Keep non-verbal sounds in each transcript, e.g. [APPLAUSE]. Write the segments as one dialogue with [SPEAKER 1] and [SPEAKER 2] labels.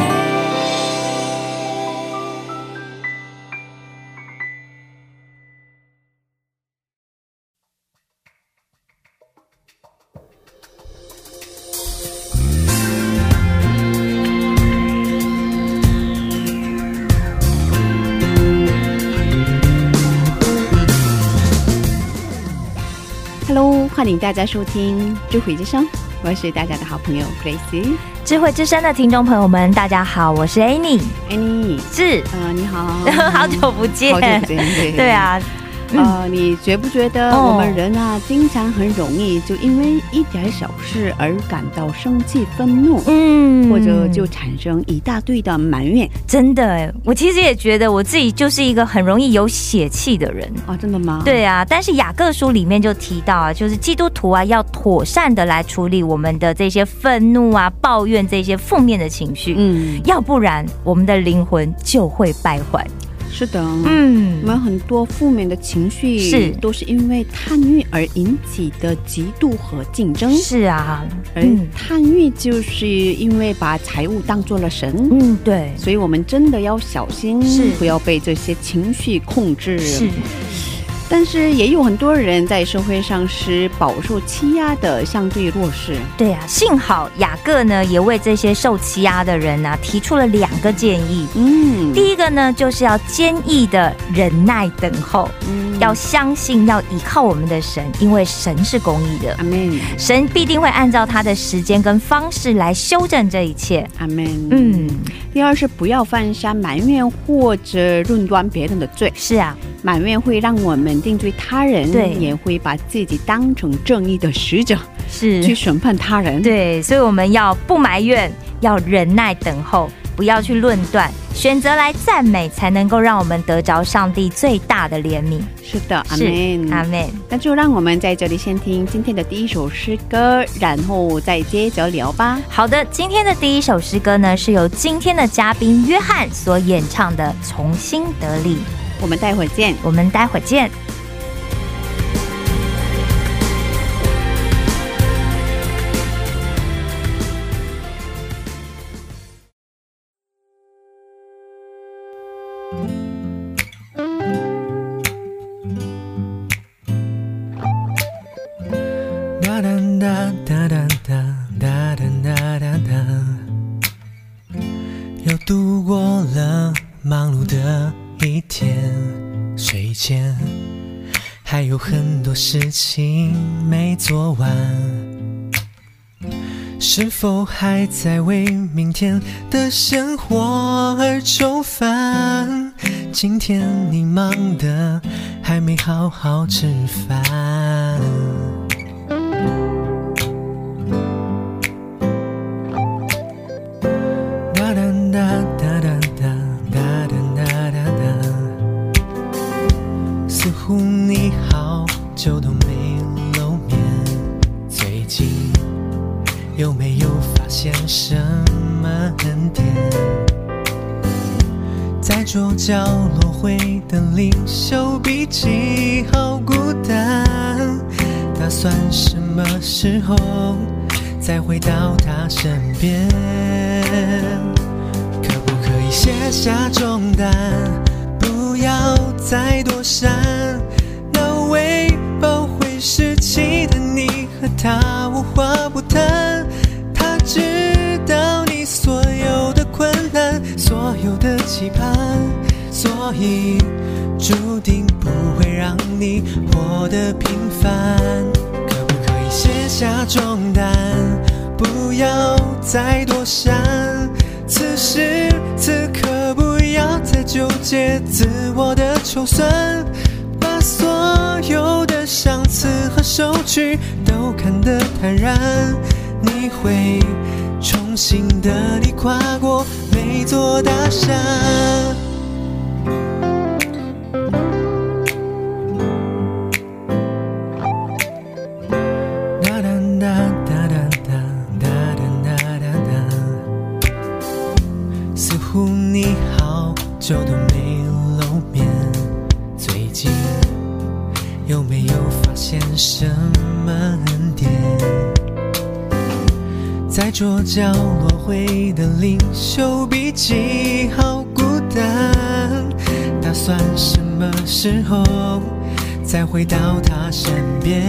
[SPEAKER 1] Hello，欢迎大家收听《智慧之声》，我是大家的好朋友 Gracie
[SPEAKER 2] 智慧之声的听众朋友们，大家好，我是 Annie，
[SPEAKER 1] Annie。
[SPEAKER 2] 是
[SPEAKER 1] 呃，你好，
[SPEAKER 2] [LAUGHS] 好久不见，
[SPEAKER 1] 好久不见，对
[SPEAKER 2] 对。啊，
[SPEAKER 1] 呃，你觉不觉得
[SPEAKER 2] 哦
[SPEAKER 1] 我们人啊，经常很容易就因为一点小事而感到生气、愤怒，
[SPEAKER 2] 嗯，
[SPEAKER 1] 或者就产生一大堆的埋怨
[SPEAKER 2] 真的哎，我其实也觉得我自己就是一个很容易有血气的人。
[SPEAKER 1] 啊？真的吗？，
[SPEAKER 2] 对啊，但是雅各书里面就提到啊，就是基督徒啊，要妥善的来处理我们的这些愤怒啊、抱怨这些负面的情绪，
[SPEAKER 1] 嗯，
[SPEAKER 2] 要不然我们的灵魂就会败坏。
[SPEAKER 1] 是的，我
[SPEAKER 2] 嗯，
[SPEAKER 1] 们很多负面的情绪
[SPEAKER 2] 是
[SPEAKER 1] 都是因为贪欲而引起的嫉妒和竞争，
[SPEAKER 2] 是啊，
[SPEAKER 1] 而
[SPEAKER 2] 嗯
[SPEAKER 1] 哎贪欲就是因为把财物当做了神，
[SPEAKER 2] 嗯，对，
[SPEAKER 1] 所以我们真的要小心
[SPEAKER 2] 是，
[SPEAKER 1] 不要被这些情绪控制。
[SPEAKER 2] 是，
[SPEAKER 1] 但是也有很多人在社会上是饱受欺压的相对弱势。
[SPEAKER 2] 对呀、啊，幸好雅各呢也为这些受欺压的人啊提出了两个建议。
[SPEAKER 1] 嗯，
[SPEAKER 2] 第一个呢，就是要坚毅的忍耐等候，
[SPEAKER 1] 嗯
[SPEAKER 2] 要相信，要依靠我们的神，因为神是公义的
[SPEAKER 1] 阿，门，
[SPEAKER 2] 神必定会按照他的时间跟方式来修正这一切。
[SPEAKER 1] 阿门。
[SPEAKER 2] 嗯，，
[SPEAKER 1] 第二是不要犯下埋怨或者论断别人的罪。
[SPEAKER 2] 是啊，
[SPEAKER 1] 埋怨会让我们定罪他人，
[SPEAKER 2] 对
[SPEAKER 1] 也会把自己当成正义的使者去
[SPEAKER 2] 是，
[SPEAKER 1] 审判他人。，
[SPEAKER 2] 嗯对，所以我们要不埋怨，要忍耐等候，不要去论断，选择来赞美，才能够让我们得着上帝最大的怜悯。
[SPEAKER 1] 是的，阿
[SPEAKER 2] 是
[SPEAKER 1] 门，
[SPEAKER 2] 阿妹，
[SPEAKER 1] 那就让我们在这里先听今天的第一首诗歌，然后再接着聊吧。
[SPEAKER 2] 好的，今天的第一首诗歌呢，是由今天的嘉宾约翰所演唱的《重新得力》。
[SPEAKER 1] 我们待会儿见。
[SPEAKER 2] 我们待会儿见。
[SPEAKER 3] 哒哒哒哒哒哒哒哒哒哒，又度过了忙碌的一天，睡前还有很多事情没做完，是否还在为明天的生活而愁烦？今天你忙得还没好好吃饭。哒哒哒哒哒哒哒哒哒哒哒，似乎你好久都没露面，最近有没有发现什么恩典？在桌角落灰的灵修笔记，好孤单。打算什么时候再回到他身边？可不可以卸下重担，不要再躲闪？那位报会是期的你和他无话不谈，他知道你所有的困难，所有的期盼，所以注定不会让你活得平凡。可不可以卸下重担，不要再躲闪？此时此刻不要再纠结自我的筹算，把所有的赏赐和收取都看得坦然，你会重用心的你跨过每座大山。哒哒哒哒哒哒哒哒哒哒似乎你好久都没露面，最近有没有发现什么恩典？在桌角落灰的灵修笔记，好孤单。打算什么时候再回到他身边？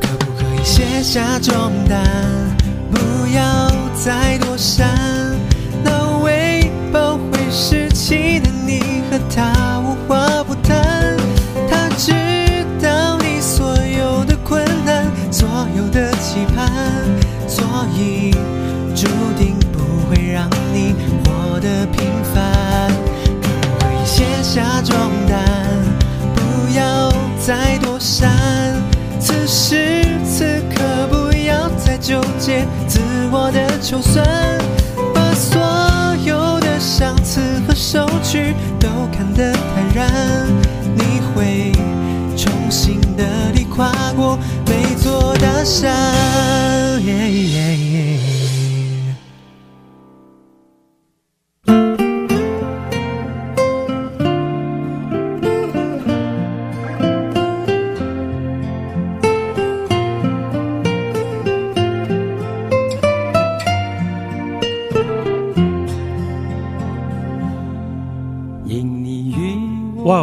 [SPEAKER 3] 可不可以卸下重担，不要再躲闪？那喂饱会失气的你和他无话不谈，他知道你所有的困难，所有的期盼，所以注定不会让你活得平凡。可不可以卸下重担？不要再躲闪。此时此刻，不要再纠结自我的穷酸，把所有的赏赐和收取都看得坦然，你会重新的地跨过每座大山。耶耶耶
[SPEAKER 4] 因你与
[SPEAKER 5] 哇、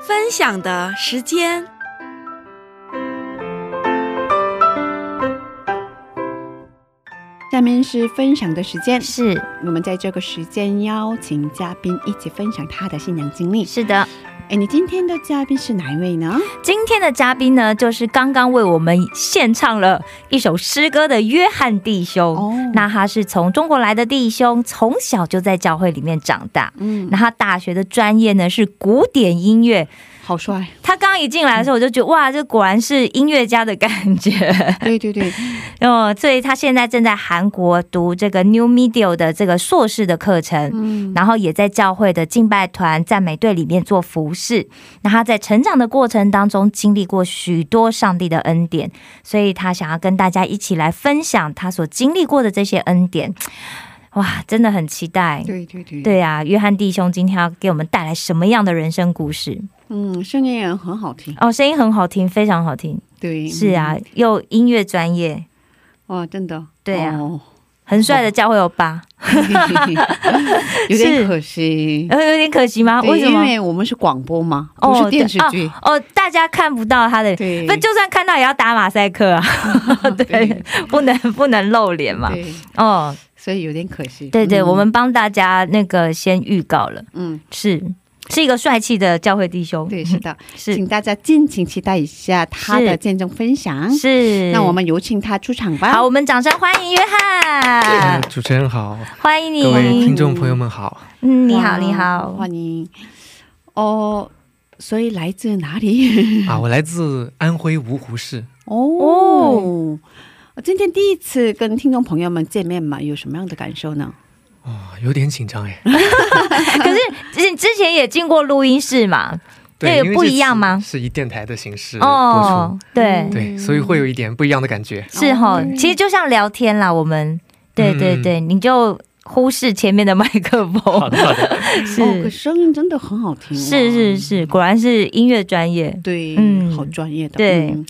[SPEAKER 6] 分享的时间。
[SPEAKER 1] 下面是分享的时间，
[SPEAKER 2] 是
[SPEAKER 1] 我们在这个时间邀请嘉宾一起分享他的信仰经历。
[SPEAKER 2] 是的，
[SPEAKER 1] 哎，你今天的嘉宾是哪一位呢？
[SPEAKER 2] 今天的嘉宾呢，就是刚刚为我们献唱了一首诗歌的约翰弟兄。
[SPEAKER 1] 哦
[SPEAKER 2] 那他是从中国来的弟兄，从小就在教会里面长大。
[SPEAKER 1] 嗯，
[SPEAKER 2] 那他大学的专业呢是古典音乐。
[SPEAKER 1] 好帅，
[SPEAKER 2] 他刚刚一进来的时候，我就觉得哇，这果然是音乐家的感觉。
[SPEAKER 1] 对对对，
[SPEAKER 2] 哦，所以他现在正在韩国读这个 New Media 的这个硕士的课程。
[SPEAKER 1] 嗯，
[SPEAKER 2] 然后也在教会的敬拜团、赞美队里面做服饰。那他在成长的过程当中，经历过许多上帝的恩典，所以他想要跟大家一起来分享他所经历过的这些恩典。哇，真的很期待。
[SPEAKER 1] 对对对，
[SPEAKER 2] 对啊，约翰弟兄今天要给我们带来什么样的人生故事？
[SPEAKER 1] 嗯，声音也很好听，
[SPEAKER 2] 哦，声音很好听，非常好听。
[SPEAKER 1] 对，
[SPEAKER 2] 是啊，又音乐专业，
[SPEAKER 1] 嗯，哇，真的，
[SPEAKER 2] 对啊 [LAUGHS]
[SPEAKER 1] 哦
[SPEAKER 2] 很帅的教会欧巴。
[SPEAKER 1] 有点
[SPEAKER 2] 是
[SPEAKER 1] 可惜，
[SPEAKER 2] 呃，有点可惜吗？
[SPEAKER 1] 对
[SPEAKER 2] 为什
[SPEAKER 1] 因
[SPEAKER 2] 么？
[SPEAKER 1] 为我们是广播嘛，不是电视剧，
[SPEAKER 2] 哦哦，大家看不到他的，
[SPEAKER 1] 对
[SPEAKER 2] 不就算看到也要打马赛克啊，
[SPEAKER 1] [LAUGHS]
[SPEAKER 2] 对
[SPEAKER 1] 对，
[SPEAKER 2] 不能不能露脸嘛。
[SPEAKER 1] 对，
[SPEAKER 2] 哦，
[SPEAKER 1] 所以有点可惜。
[SPEAKER 2] 对对，
[SPEAKER 1] 嗯
[SPEAKER 2] 我们帮大家那个先预告了，
[SPEAKER 1] 嗯，
[SPEAKER 2] 是是一个帅气的教会弟兄，
[SPEAKER 1] 对，是的，
[SPEAKER 2] 嗯是
[SPEAKER 1] 请大家敬请期待一下他的
[SPEAKER 2] 是
[SPEAKER 1] 见证分享。
[SPEAKER 2] 是。
[SPEAKER 1] 那我们有请他出场吧。
[SPEAKER 2] 好，我们掌声欢迎约
[SPEAKER 1] 嗯
[SPEAKER 2] 翰，
[SPEAKER 4] 主持人好，
[SPEAKER 2] 欢迎你，
[SPEAKER 4] 各位听众朋友们好，
[SPEAKER 2] 嗯，你
[SPEAKER 1] 哇，
[SPEAKER 2] 好，你好， [LAUGHS]
[SPEAKER 1] 欢迎。哦，所以来自哪里？ [LAUGHS]
[SPEAKER 4] 啊，我来自安徽芜湖市，
[SPEAKER 1] 哦，我今天第一次跟听众朋友们见面嘛，有什么样的感受呢？
[SPEAKER 4] 哦，有点紧
[SPEAKER 2] [LAUGHS]
[SPEAKER 4] 张哎。
[SPEAKER 2] 可是之之前也进过录音室嘛，
[SPEAKER 4] 对，
[SPEAKER 2] 这
[SPEAKER 4] 因为
[SPEAKER 2] 不
[SPEAKER 4] 这
[SPEAKER 2] 一样
[SPEAKER 4] 次
[SPEAKER 2] 吗
[SPEAKER 4] 是以电台的形式播出，
[SPEAKER 2] 哦，
[SPEAKER 1] 嗯
[SPEAKER 2] 对，
[SPEAKER 4] 对，所以会有一点不一样的感觉。
[SPEAKER 2] 是哈，其实就像聊天啦，我们对对
[SPEAKER 4] 嗯
[SPEAKER 2] 对，你就忽视前面的麦克
[SPEAKER 5] 好
[SPEAKER 2] 风，
[SPEAKER 5] 的，好的，
[SPEAKER 1] 哦，可
[SPEAKER 2] [LAUGHS] 是
[SPEAKER 1] 声音真的很好听、
[SPEAKER 2] 是，是是，果然是音乐专业，
[SPEAKER 1] 对，
[SPEAKER 2] 嗯
[SPEAKER 1] 好专业的，
[SPEAKER 2] 对
[SPEAKER 1] 嗯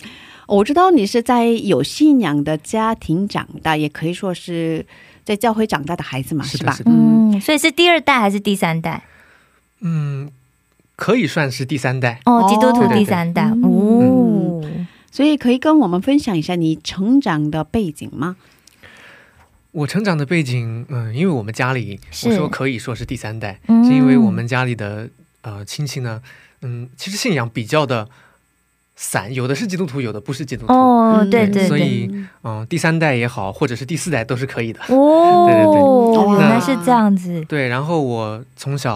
[SPEAKER 1] 我知道你是在有信仰的家庭长大，也可以说是在教会长大的孩子嘛，
[SPEAKER 4] 是的
[SPEAKER 1] 吧？
[SPEAKER 4] 是的
[SPEAKER 1] 嗯，
[SPEAKER 2] 嗯，所以是第二代还是第三代？
[SPEAKER 4] 嗯，可以算是第三代。
[SPEAKER 2] 哦，基督徒
[SPEAKER 1] 哦
[SPEAKER 2] 第三代，
[SPEAKER 1] 对对
[SPEAKER 2] 哦，
[SPEAKER 1] 所以可以跟我们分享一下你成长的背景吗？
[SPEAKER 4] 我成长的背景，嗯，因为我们家里，
[SPEAKER 2] 是
[SPEAKER 4] 我说可以说是第三代，
[SPEAKER 2] 嗯
[SPEAKER 4] 是因为我们家里的呃亲戚呢，嗯，其实信仰比较的散，有的是基督徒，有的不是基督徒，嗯、
[SPEAKER 2] 哦，
[SPEAKER 1] 嗯
[SPEAKER 2] 对对
[SPEAKER 4] 所
[SPEAKER 2] 对，
[SPEAKER 4] 以第三代也好，或者是第四代都是可以的。对对
[SPEAKER 2] 哦，
[SPEAKER 1] 对
[SPEAKER 2] 原来是这样子，
[SPEAKER 4] 对，然后我从小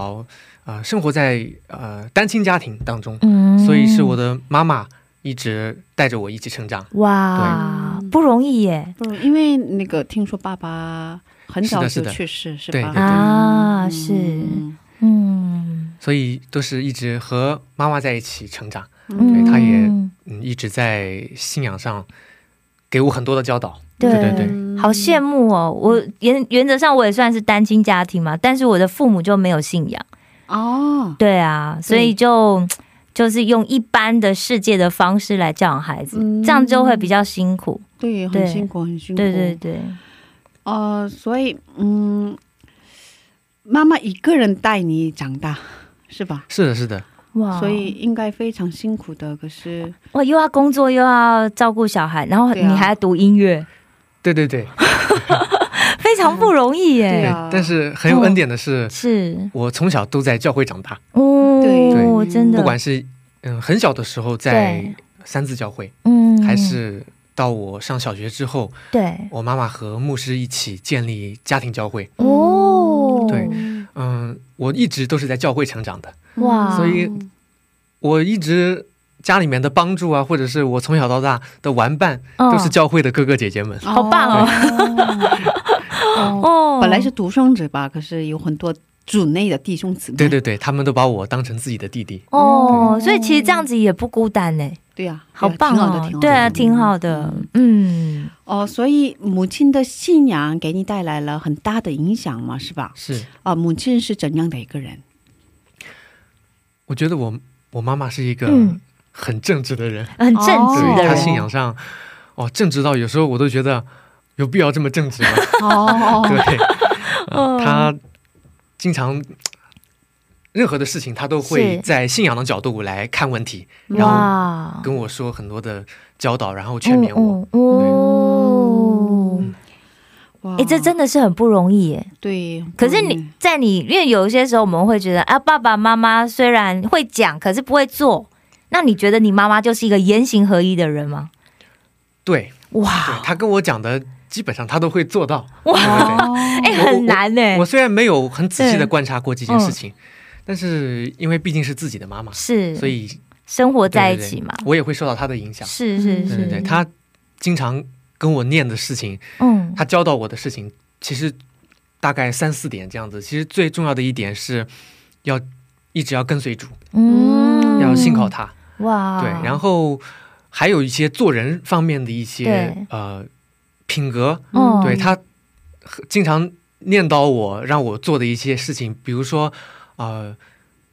[SPEAKER 4] 啊、呃生活在呃单亲家庭当中，
[SPEAKER 2] 嗯，
[SPEAKER 4] 所以是我的妈妈一直带着我一起成长。
[SPEAKER 2] 哇，
[SPEAKER 1] 对
[SPEAKER 2] 不容易耶
[SPEAKER 1] 不，嗯因为那个听说爸爸很早就
[SPEAKER 4] 是的是的
[SPEAKER 1] 去世，是
[SPEAKER 4] 对
[SPEAKER 1] 吧？
[SPEAKER 4] 对对
[SPEAKER 2] 啊，
[SPEAKER 1] 嗯
[SPEAKER 2] 是，嗯，
[SPEAKER 4] 所以都是一直和妈妈在一起成长，
[SPEAKER 2] 嗯，
[SPEAKER 4] 对他也嗯，一直在信仰上给我很多的教导。
[SPEAKER 2] 对
[SPEAKER 4] 对对对，
[SPEAKER 1] 嗯
[SPEAKER 2] 好羡慕哦！我原原则上我也算是单亲家庭嘛，但是我的父母就没有信仰，
[SPEAKER 1] 哦，
[SPEAKER 2] 对啊，所以就就是用一般的世界的方式来教养孩子，
[SPEAKER 1] 嗯
[SPEAKER 2] 这样就会比较辛苦。
[SPEAKER 1] 对，很
[SPEAKER 2] 对
[SPEAKER 1] 辛苦，很辛苦，
[SPEAKER 2] 对对对，
[SPEAKER 1] 哦，所以嗯，妈妈一个人带你长大，是吧？
[SPEAKER 4] 是的，是的，
[SPEAKER 2] 哇
[SPEAKER 1] 所以应该非常辛苦的。可是，
[SPEAKER 2] 哇，又要工作又要照顾小孩，然后
[SPEAKER 1] 对啊
[SPEAKER 2] 你还要读音乐， [LAUGHS]
[SPEAKER 4] 对对对。
[SPEAKER 2] 非常不容易
[SPEAKER 1] 对
[SPEAKER 2] 耶。
[SPEAKER 1] 啊
[SPEAKER 4] 但是很有
[SPEAKER 2] 哦
[SPEAKER 4] 恩典的是，
[SPEAKER 2] 是，
[SPEAKER 4] 我从小都在教会长大，
[SPEAKER 2] 哦，
[SPEAKER 1] 对
[SPEAKER 2] 真的，
[SPEAKER 4] 不管是嗯很小的时候在三字教会，
[SPEAKER 2] 嗯
[SPEAKER 4] 还是到我上小学之后，
[SPEAKER 2] 对
[SPEAKER 4] 我妈妈和牧师一起建立家庭教会。
[SPEAKER 1] 嗯
[SPEAKER 2] 哦，
[SPEAKER 4] 对嗯，我一直都是在教会成长的，
[SPEAKER 2] 哇，
[SPEAKER 4] 嗯所以我一直。家里面的帮助啊，或者是我从小到大的玩伴，都是
[SPEAKER 2] 嗯
[SPEAKER 4] 教会的哥哥姐姐们。
[SPEAKER 2] 好棒哦
[SPEAKER 1] 哦！
[SPEAKER 2] 哦，
[SPEAKER 1] 本来是独生子吧，可是有很多主内的弟兄姊
[SPEAKER 2] 嗯
[SPEAKER 1] 妹。
[SPEAKER 4] 对对对，他们都把我当成自己的弟弟。
[SPEAKER 2] 哦，所以其实这样子也不孤单呢。
[SPEAKER 1] 嗯对呀、
[SPEAKER 2] 好棒
[SPEAKER 1] 挺好的，
[SPEAKER 2] 哦
[SPEAKER 1] 挺好！的。
[SPEAKER 2] 对啊，挺好的。嗯，
[SPEAKER 1] 哦，所以母亲的信仰给你带来了很大的影响嘛，是吧？
[SPEAKER 4] 是，
[SPEAKER 1] 啊、母亲是怎样的一个人？
[SPEAKER 4] 我觉得我我妈妈是一个
[SPEAKER 2] 嗯哦
[SPEAKER 4] 很正直的人，
[SPEAKER 2] 很正直的
[SPEAKER 4] 对她
[SPEAKER 2] 人。
[SPEAKER 4] 信仰上，哦，正直到有时候我都觉得有必要这么正直吗？
[SPEAKER 1] 哦，
[SPEAKER 4] [LAUGHS]
[SPEAKER 2] [LAUGHS]
[SPEAKER 4] 对，
[SPEAKER 2] 哦
[SPEAKER 4] 呃她经常任何的事情，她都会
[SPEAKER 2] 是
[SPEAKER 4] 在信仰的角度来看问题，然后
[SPEAKER 2] 哇，
[SPEAKER 4] 跟我说很多的教导，然后劝勉我。
[SPEAKER 2] 嗯嗯哦，
[SPEAKER 1] 哇
[SPEAKER 2] 哎，这真的是很不容易耶。
[SPEAKER 1] 对。
[SPEAKER 2] 可是你在你，因为有一些时候我们会觉得啊，爸爸妈妈虽然会讲，可是不会做。那你觉得你妈妈就是一个言行合一的人吗？
[SPEAKER 4] 对，对
[SPEAKER 2] 哇，
[SPEAKER 4] 她跟我讲的。基本上她都会做到。
[SPEAKER 2] 哇，
[SPEAKER 1] 아.
[SPEAKER 2] 哎、很难呢。
[SPEAKER 4] 嗯我虽然没有很仔细的
[SPEAKER 2] 对
[SPEAKER 4] 观察过这件
[SPEAKER 2] 嗯
[SPEAKER 4] 事情，但是因为毕竟是自己的妈妈，
[SPEAKER 2] 是，
[SPEAKER 4] 所以
[SPEAKER 2] 生活在一
[SPEAKER 4] 对对
[SPEAKER 2] 起嘛。
[SPEAKER 4] 我也会受到他的影响。
[SPEAKER 2] 是是是，
[SPEAKER 4] 对对对，他经常跟我念的事情，
[SPEAKER 2] 嗯
[SPEAKER 4] 他教导我的事情，其实大概三四点这样子。其实最重要的一点是要一直要跟随主，
[SPEAKER 2] 嗯
[SPEAKER 4] 要信靠他。
[SPEAKER 2] 哇，
[SPEAKER 4] 对，然后还有一些做人方面的一
[SPEAKER 2] 对
[SPEAKER 4] 些呃品格，
[SPEAKER 2] 嗯
[SPEAKER 4] 对他很经常念叨我，让我做的一些事情，比如说呃，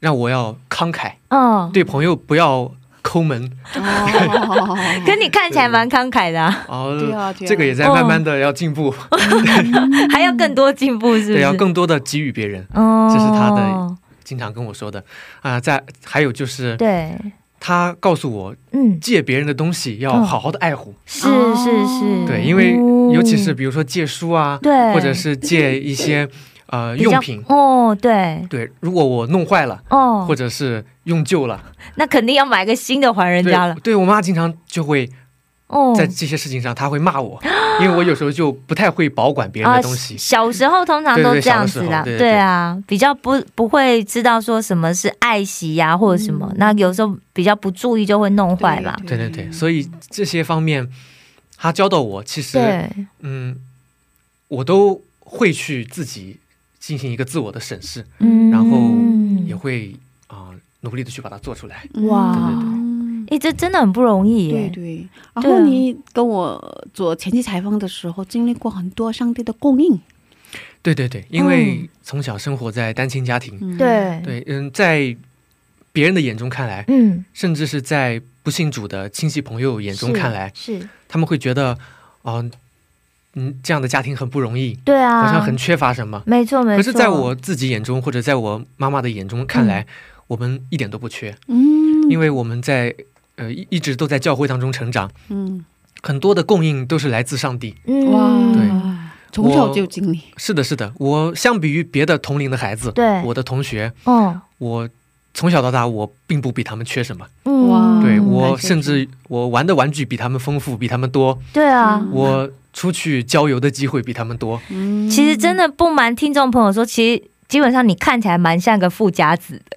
[SPEAKER 4] 让我要慷慨，
[SPEAKER 2] 嗯，
[SPEAKER 4] 对朋友不要抠门，
[SPEAKER 1] 아.哦，
[SPEAKER 2] 可你看起来蛮慷慨的、啊，
[SPEAKER 4] 哦、
[SPEAKER 1] 对啊，对啊
[SPEAKER 4] 这个也在慢慢的要进步，
[SPEAKER 2] 还要更多进步，是不是？
[SPEAKER 4] 对，要更多的给予别人，
[SPEAKER 2] 哦，
[SPEAKER 4] 这是他的经常跟我说的啊、在还有就是，
[SPEAKER 2] 对，
[SPEAKER 4] 他告诉我
[SPEAKER 2] 嗯，
[SPEAKER 4] 借别人的东西要
[SPEAKER 2] 嗯
[SPEAKER 4] 好好的爱护，
[SPEAKER 2] 是是是，
[SPEAKER 4] 对，因为
[SPEAKER 2] 哦
[SPEAKER 4] 尤其是比如说借书啊，
[SPEAKER 2] 哎对
[SPEAKER 4] 或者是借一些呃
[SPEAKER 2] 比较
[SPEAKER 4] 用品，
[SPEAKER 2] 哦，对
[SPEAKER 4] 对，如果我弄坏了。
[SPEAKER 2] 哦，
[SPEAKER 4] 或者是用旧了，
[SPEAKER 2] 那肯定要买个新的还人
[SPEAKER 4] 对
[SPEAKER 2] 家了，
[SPEAKER 4] 对我妈经常就会
[SPEAKER 2] 哦，
[SPEAKER 4] 在这些事情上，她会骂我，因为我有时候就不太会保管别人的东西。
[SPEAKER 2] 啊小时候通常都
[SPEAKER 4] 对对对
[SPEAKER 2] 这样子啦，
[SPEAKER 4] 小的时候对对对
[SPEAKER 2] 啊，比较不不会知道说什么是爱惜呀、或者什么、
[SPEAKER 1] 嗯
[SPEAKER 4] 네,
[SPEAKER 1] 네.
[SPEAKER 2] 那有时候比较不注意就会弄坏啦。
[SPEAKER 4] 对对对，所以这些方面他教导我，其实
[SPEAKER 2] 对，
[SPEAKER 4] 嗯，我都会去自己进行一个自我的审视，
[SPEAKER 2] 嗯
[SPEAKER 4] 然后也会啊、努力的去把它做出来。
[SPEAKER 2] 哇
[SPEAKER 4] 对
[SPEAKER 1] 네,
[SPEAKER 4] 对
[SPEAKER 1] 嗯
[SPEAKER 2] 诶，这真的很不容易耶。
[SPEAKER 1] 对对，然
[SPEAKER 2] 对
[SPEAKER 1] 后
[SPEAKER 2] 啊
[SPEAKER 1] 你跟我做前期采访的时候，经历过很多上帝的供应，
[SPEAKER 4] 对对对，因
[SPEAKER 2] 嗯
[SPEAKER 4] 为从小生活在单亲家庭，
[SPEAKER 1] 嗯，
[SPEAKER 2] 对，
[SPEAKER 4] 对，嗯，在别人的眼中看来，
[SPEAKER 2] 嗯，
[SPEAKER 4] 甚至是在不信主的亲戚朋友眼中
[SPEAKER 2] 是
[SPEAKER 4] 看来，
[SPEAKER 2] 是，
[SPEAKER 4] 他们会觉得，啊、嗯，这样的家庭很不容易，
[SPEAKER 2] 对啊，
[SPEAKER 4] 好像很缺乏什么。
[SPEAKER 2] 没错没错。
[SPEAKER 4] 可是，在我自己眼中，或者在我妈妈的眼中看来，我们一点都不缺，
[SPEAKER 1] 嗯
[SPEAKER 4] 因为我们在呃一一直都在教会当中成长，
[SPEAKER 1] 嗯，
[SPEAKER 4] 很多的供应都是来自上帝。
[SPEAKER 2] 嗯
[SPEAKER 1] 哇，
[SPEAKER 4] 对，
[SPEAKER 1] 从小就有经历，
[SPEAKER 4] 是的，是的，我相比于别的同龄的孩子，
[SPEAKER 2] 对
[SPEAKER 4] 我的同学，
[SPEAKER 2] 哦，
[SPEAKER 4] 我从小到大我并不比他们缺什么，
[SPEAKER 2] 嗯
[SPEAKER 1] 哇
[SPEAKER 4] 对
[SPEAKER 1] 嗯
[SPEAKER 4] 我
[SPEAKER 1] 那确实
[SPEAKER 4] 甚至我玩的玩具比他们丰富，比他们多，
[SPEAKER 2] 对啊。
[SPEAKER 1] 嗯
[SPEAKER 4] 我出去郊游的机会比他们多。
[SPEAKER 1] 嗯，
[SPEAKER 2] 其实真的不瞒听众朋友说，其实基本上你看起来蛮像个富家子的，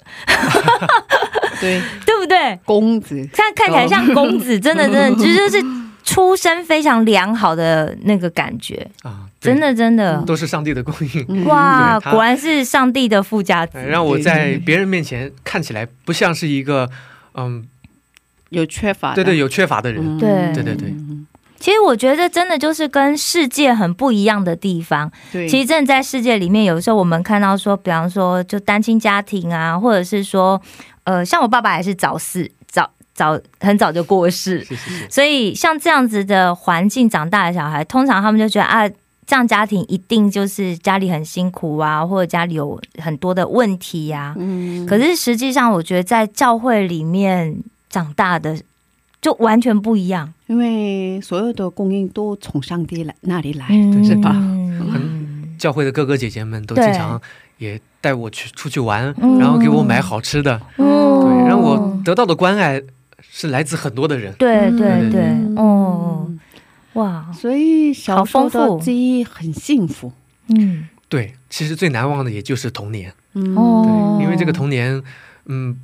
[SPEAKER 1] 对
[SPEAKER 2] [LAUGHS] 对不对？
[SPEAKER 1] 公子，
[SPEAKER 2] 看看起来像公子，真的真的，这就是出身非常良好的那个感觉，
[SPEAKER 4] 啊，对
[SPEAKER 2] 真的真的，
[SPEAKER 4] 都是上帝的供应，
[SPEAKER 1] 嗯
[SPEAKER 2] 哇，
[SPEAKER 4] 对他
[SPEAKER 2] 果然是上帝的富家子
[SPEAKER 4] 哎。让我
[SPEAKER 1] 对
[SPEAKER 4] 在
[SPEAKER 1] 对
[SPEAKER 4] 别人面前看起来不像是一个嗯，
[SPEAKER 1] 有缺乏
[SPEAKER 4] 对
[SPEAKER 1] 的，
[SPEAKER 4] 对，有缺乏的人。
[SPEAKER 1] 嗯，
[SPEAKER 2] 对
[SPEAKER 4] 对对对
[SPEAKER 1] 嗯
[SPEAKER 2] 其实我觉得真的就是跟世界很不一样的地方。
[SPEAKER 1] 对，
[SPEAKER 2] 其实真的在世界里面，有时候我们看到说，比方说就单亲家庭啊，或者是说，呃，像我爸爸也是早逝，早早很早就过世，
[SPEAKER 4] 是是是，
[SPEAKER 2] 所以像这样子的环境长大的小孩，通常他们就觉得啊，这样家庭一定就是家里很辛苦啊，或者家里有很多的问题呀、
[SPEAKER 1] 嗯，
[SPEAKER 2] 可是实际上，我觉得在教会里面长大的就完全不一样，
[SPEAKER 1] 因为所有的供应都从上帝来那里来，
[SPEAKER 4] 哎
[SPEAKER 2] 嗯
[SPEAKER 1] 是吧？
[SPEAKER 4] 很教会的哥哥姐姐们都
[SPEAKER 2] 对
[SPEAKER 4] 经常也带我去出去玩，
[SPEAKER 2] 嗯
[SPEAKER 4] 然后给我买好吃的，
[SPEAKER 2] 嗯
[SPEAKER 4] 对，让我得到的关爱是来自很多的人。
[SPEAKER 2] 对对
[SPEAKER 4] 嗯
[SPEAKER 2] 对，哦，
[SPEAKER 1] 嗯
[SPEAKER 2] 哇，
[SPEAKER 1] 所以小时候
[SPEAKER 2] 好丰
[SPEAKER 1] 的
[SPEAKER 2] 富
[SPEAKER 1] 记忆很幸福，
[SPEAKER 2] 嗯，
[SPEAKER 4] 对，其实最难忘的也就是童年，
[SPEAKER 1] 嗯
[SPEAKER 2] 哦
[SPEAKER 4] 对，因为这个童年，嗯，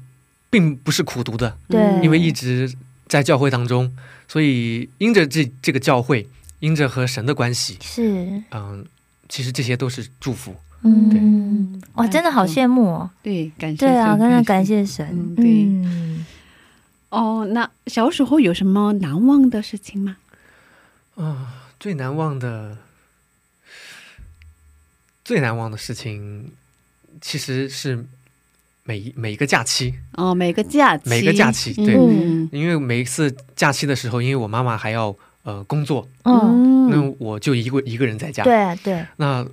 [SPEAKER 4] 并不是苦读的，
[SPEAKER 2] 对，
[SPEAKER 4] 因为一直在教会当中，所以因着这这个教会，因着和神的关系，
[SPEAKER 2] 是，
[SPEAKER 4] 嗯，其实这些都是祝福。
[SPEAKER 2] 嗯，哇，
[SPEAKER 1] 感
[SPEAKER 2] 真的好
[SPEAKER 1] 谢
[SPEAKER 2] 羡慕哦。
[SPEAKER 1] 对，感谢
[SPEAKER 2] 对啊，
[SPEAKER 1] 神
[SPEAKER 2] 真的感。谢神。
[SPEAKER 1] 嗯对
[SPEAKER 2] 嗯
[SPEAKER 1] 哦，那小时候有什么难忘的事情吗？
[SPEAKER 4] 啊、最难忘的，最难忘的事情，其实是每一每一个假期，
[SPEAKER 1] 哦，每个假期，
[SPEAKER 4] 每个假期对
[SPEAKER 1] 嗯
[SPEAKER 4] 因为每一次假期的时候，因为我妈妈还要呃工作，
[SPEAKER 2] 嗯，
[SPEAKER 4] 那
[SPEAKER 1] 嗯，
[SPEAKER 4] 我就一个一个人在家。
[SPEAKER 2] 对啊对，
[SPEAKER 4] 那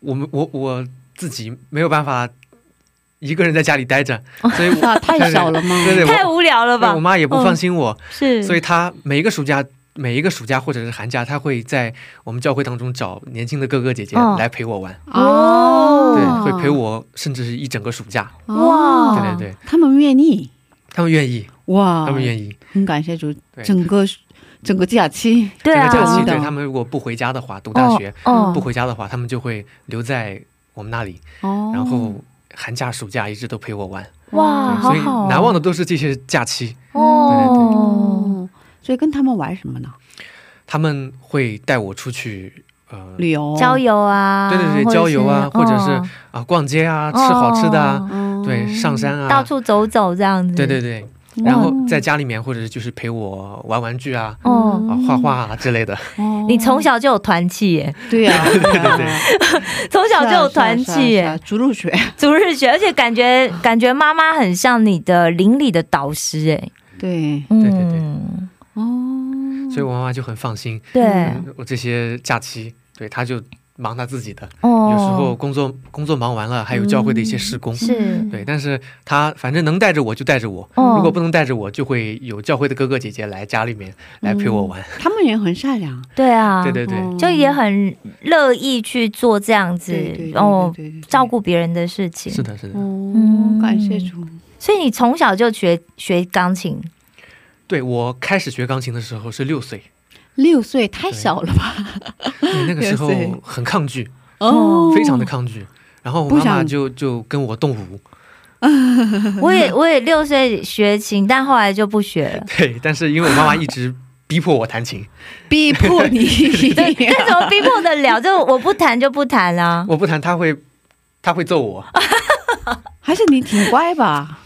[SPEAKER 4] 我们我我自己没有办法一个人在家里待着，所以我
[SPEAKER 1] 啊，太少了吗？
[SPEAKER 4] 对对
[SPEAKER 2] 太
[SPEAKER 4] 我
[SPEAKER 2] 无聊了
[SPEAKER 4] 对
[SPEAKER 2] 吧嗯
[SPEAKER 4] 我？妈也不放心我，
[SPEAKER 2] 是，
[SPEAKER 4] 所以她每一个暑假。每一个暑假或者是寒假，她会在我们教会当中找年轻的哥哥姐姐
[SPEAKER 2] 嗯
[SPEAKER 4] 来陪我玩。
[SPEAKER 1] 哦，
[SPEAKER 4] 对，会陪我，甚至是一整个暑假。
[SPEAKER 1] 哦
[SPEAKER 4] 对对，对，
[SPEAKER 1] 他们愿意
[SPEAKER 4] 他们愿意，
[SPEAKER 1] 哇，
[SPEAKER 4] 他们愿意。
[SPEAKER 2] 哦
[SPEAKER 1] 很感谢主，
[SPEAKER 4] 对
[SPEAKER 1] 整个整个假期，
[SPEAKER 2] 对啊，
[SPEAKER 4] 整个假期，
[SPEAKER 1] 懂
[SPEAKER 4] 对
[SPEAKER 1] 懂
[SPEAKER 4] 他们如果不回家的话，读大学、
[SPEAKER 2] 哦
[SPEAKER 4] 不回家的话，他们就会留在我们那里，
[SPEAKER 1] 哦，
[SPEAKER 4] 然后寒假、暑假一直都陪我玩。
[SPEAKER 2] 哇，
[SPEAKER 4] 对
[SPEAKER 2] 好
[SPEAKER 4] 所以
[SPEAKER 2] 好哦，
[SPEAKER 4] 难忘的都是这些假期。
[SPEAKER 2] 哦。
[SPEAKER 1] 哦，所以跟他们玩什么呢？
[SPEAKER 4] 他们会带我出去，呃，
[SPEAKER 1] 旅游、
[SPEAKER 2] 郊，游啊，
[SPEAKER 4] 对对对
[SPEAKER 2] 或者是
[SPEAKER 4] 郊游啊或者是
[SPEAKER 2] 嗯
[SPEAKER 4] 啊，逛街啊，吃好吃的啊，
[SPEAKER 1] 嗯
[SPEAKER 4] 对，上山啊，
[SPEAKER 2] 哦到处走走这样子，
[SPEAKER 4] 对对对。
[SPEAKER 1] 嗯
[SPEAKER 4] 然后在家里面，或者是就是陪我玩玩具啊、
[SPEAKER 1] 嗯
[SPEAKER 2] 哦。
[SPEAKER 4] 啊画画啊之类的。
[SPEAKER 1] 哦
[SPEAKER 2] 你从小就有团契耶，
[SPEAKER 1] [LAUGHS] 对呀，对对对，
[SPEAKER 2] [LAUGHS] 从小就有团契
[SPEAKER 1] 是啊是啊是啊
[SPEAKER 2] 耶，
[SPEAKER 1] 主入学，
[SPEAKER 2] 主日学，而且感觉感觉妈妈很像你的邻里的导师哎，
[SPEAKER 1] 对，
[SPEAKER 2] 嗯，
[SPEAKER 4] 对对
[SPEAKER 1] 哦，
[SPEAKER 4] 所以我妈妈就很放心，
[SPEAKER 2] 对
[SPEAKER 1] 嗯
[SPEAKER 4] 我这些假期，对她就忙她自己的，
[SPEAKER 2] 哦，嗯
[SPEAKER 4] 有时候工作工作忙完了，还有教会的一些事工，
[SPEAKER 2] 是
[SPEAKER 4] 对，但是她反正能带着我就带着我，
[SPEAKER 2] 哦
[SPEAKER 4] 如果不能带着我，就会有教会的哥哥姐姐来家里面来陪我玩，
[SPEAKER 1] 他们也很善良，
[SPEAKER 2] 对啊，
[SPEAKER 4] 对对对，
[SPEAKER 1] 嗯哦
[SPEAKER 2] 就也很乐意去做这样子
[SPEAKER 1] 对对，
[SPEAKER 2] 然后
[SPEAKER 1] 对对对对
[SPEAKER 2] 照顾别人的事情。
[SPEAKER 4] 是，的，是的，
[SPEAKER 1] 哦
[SPEAKER 2] 嗯，
[SPEAKER 1] 感谢主，
[SPEAKER 2] 所以你从小就学学钢琴，
[SPEAKER 4] 对我开始学钢琴的时候是六岁，
[SPEAKER 1] 六岁太小了吧？
[SPEAKER 4] 对那个时候
[SPEAKER 1] 六岁
[SPEAKER 4] 很抗拒，
[SPEAKER 1] 哦，
[SPEAKER 4] 非常的抗拒。然后我妈
[SPEAKER 1] 不
[SPEAKER 4] 妈
[SPEAKER 1] 想
[SPEAKER 4] 就就跟我动武，
[SPEAKER 1] 嗯
[SPEAKER 2] 我也我也六岁学琴，但后来就不学了。
[SPEAKER 4] [LAUGHS]
[SPEAKER 1] [LAUGHS]
[SPEAKER 4] 对，但是因为我妈妈一直逼迫我弹琴，
[SPEAKER 1] 逼迫
[SPEAKER 4] [LAUGHS]
[SPEAKER 1] 你，
[SPEAKER 2] 对，但怎么逼迫得了？就我不弹就不弹
[SPEAKER 1] 啊
[SPEAKER 2] 啊啦、
[SPEAKER 4] 我不弹他会他会揍我，
[SPEAKER 1] [LAUGHS] 还是你挺乖吧？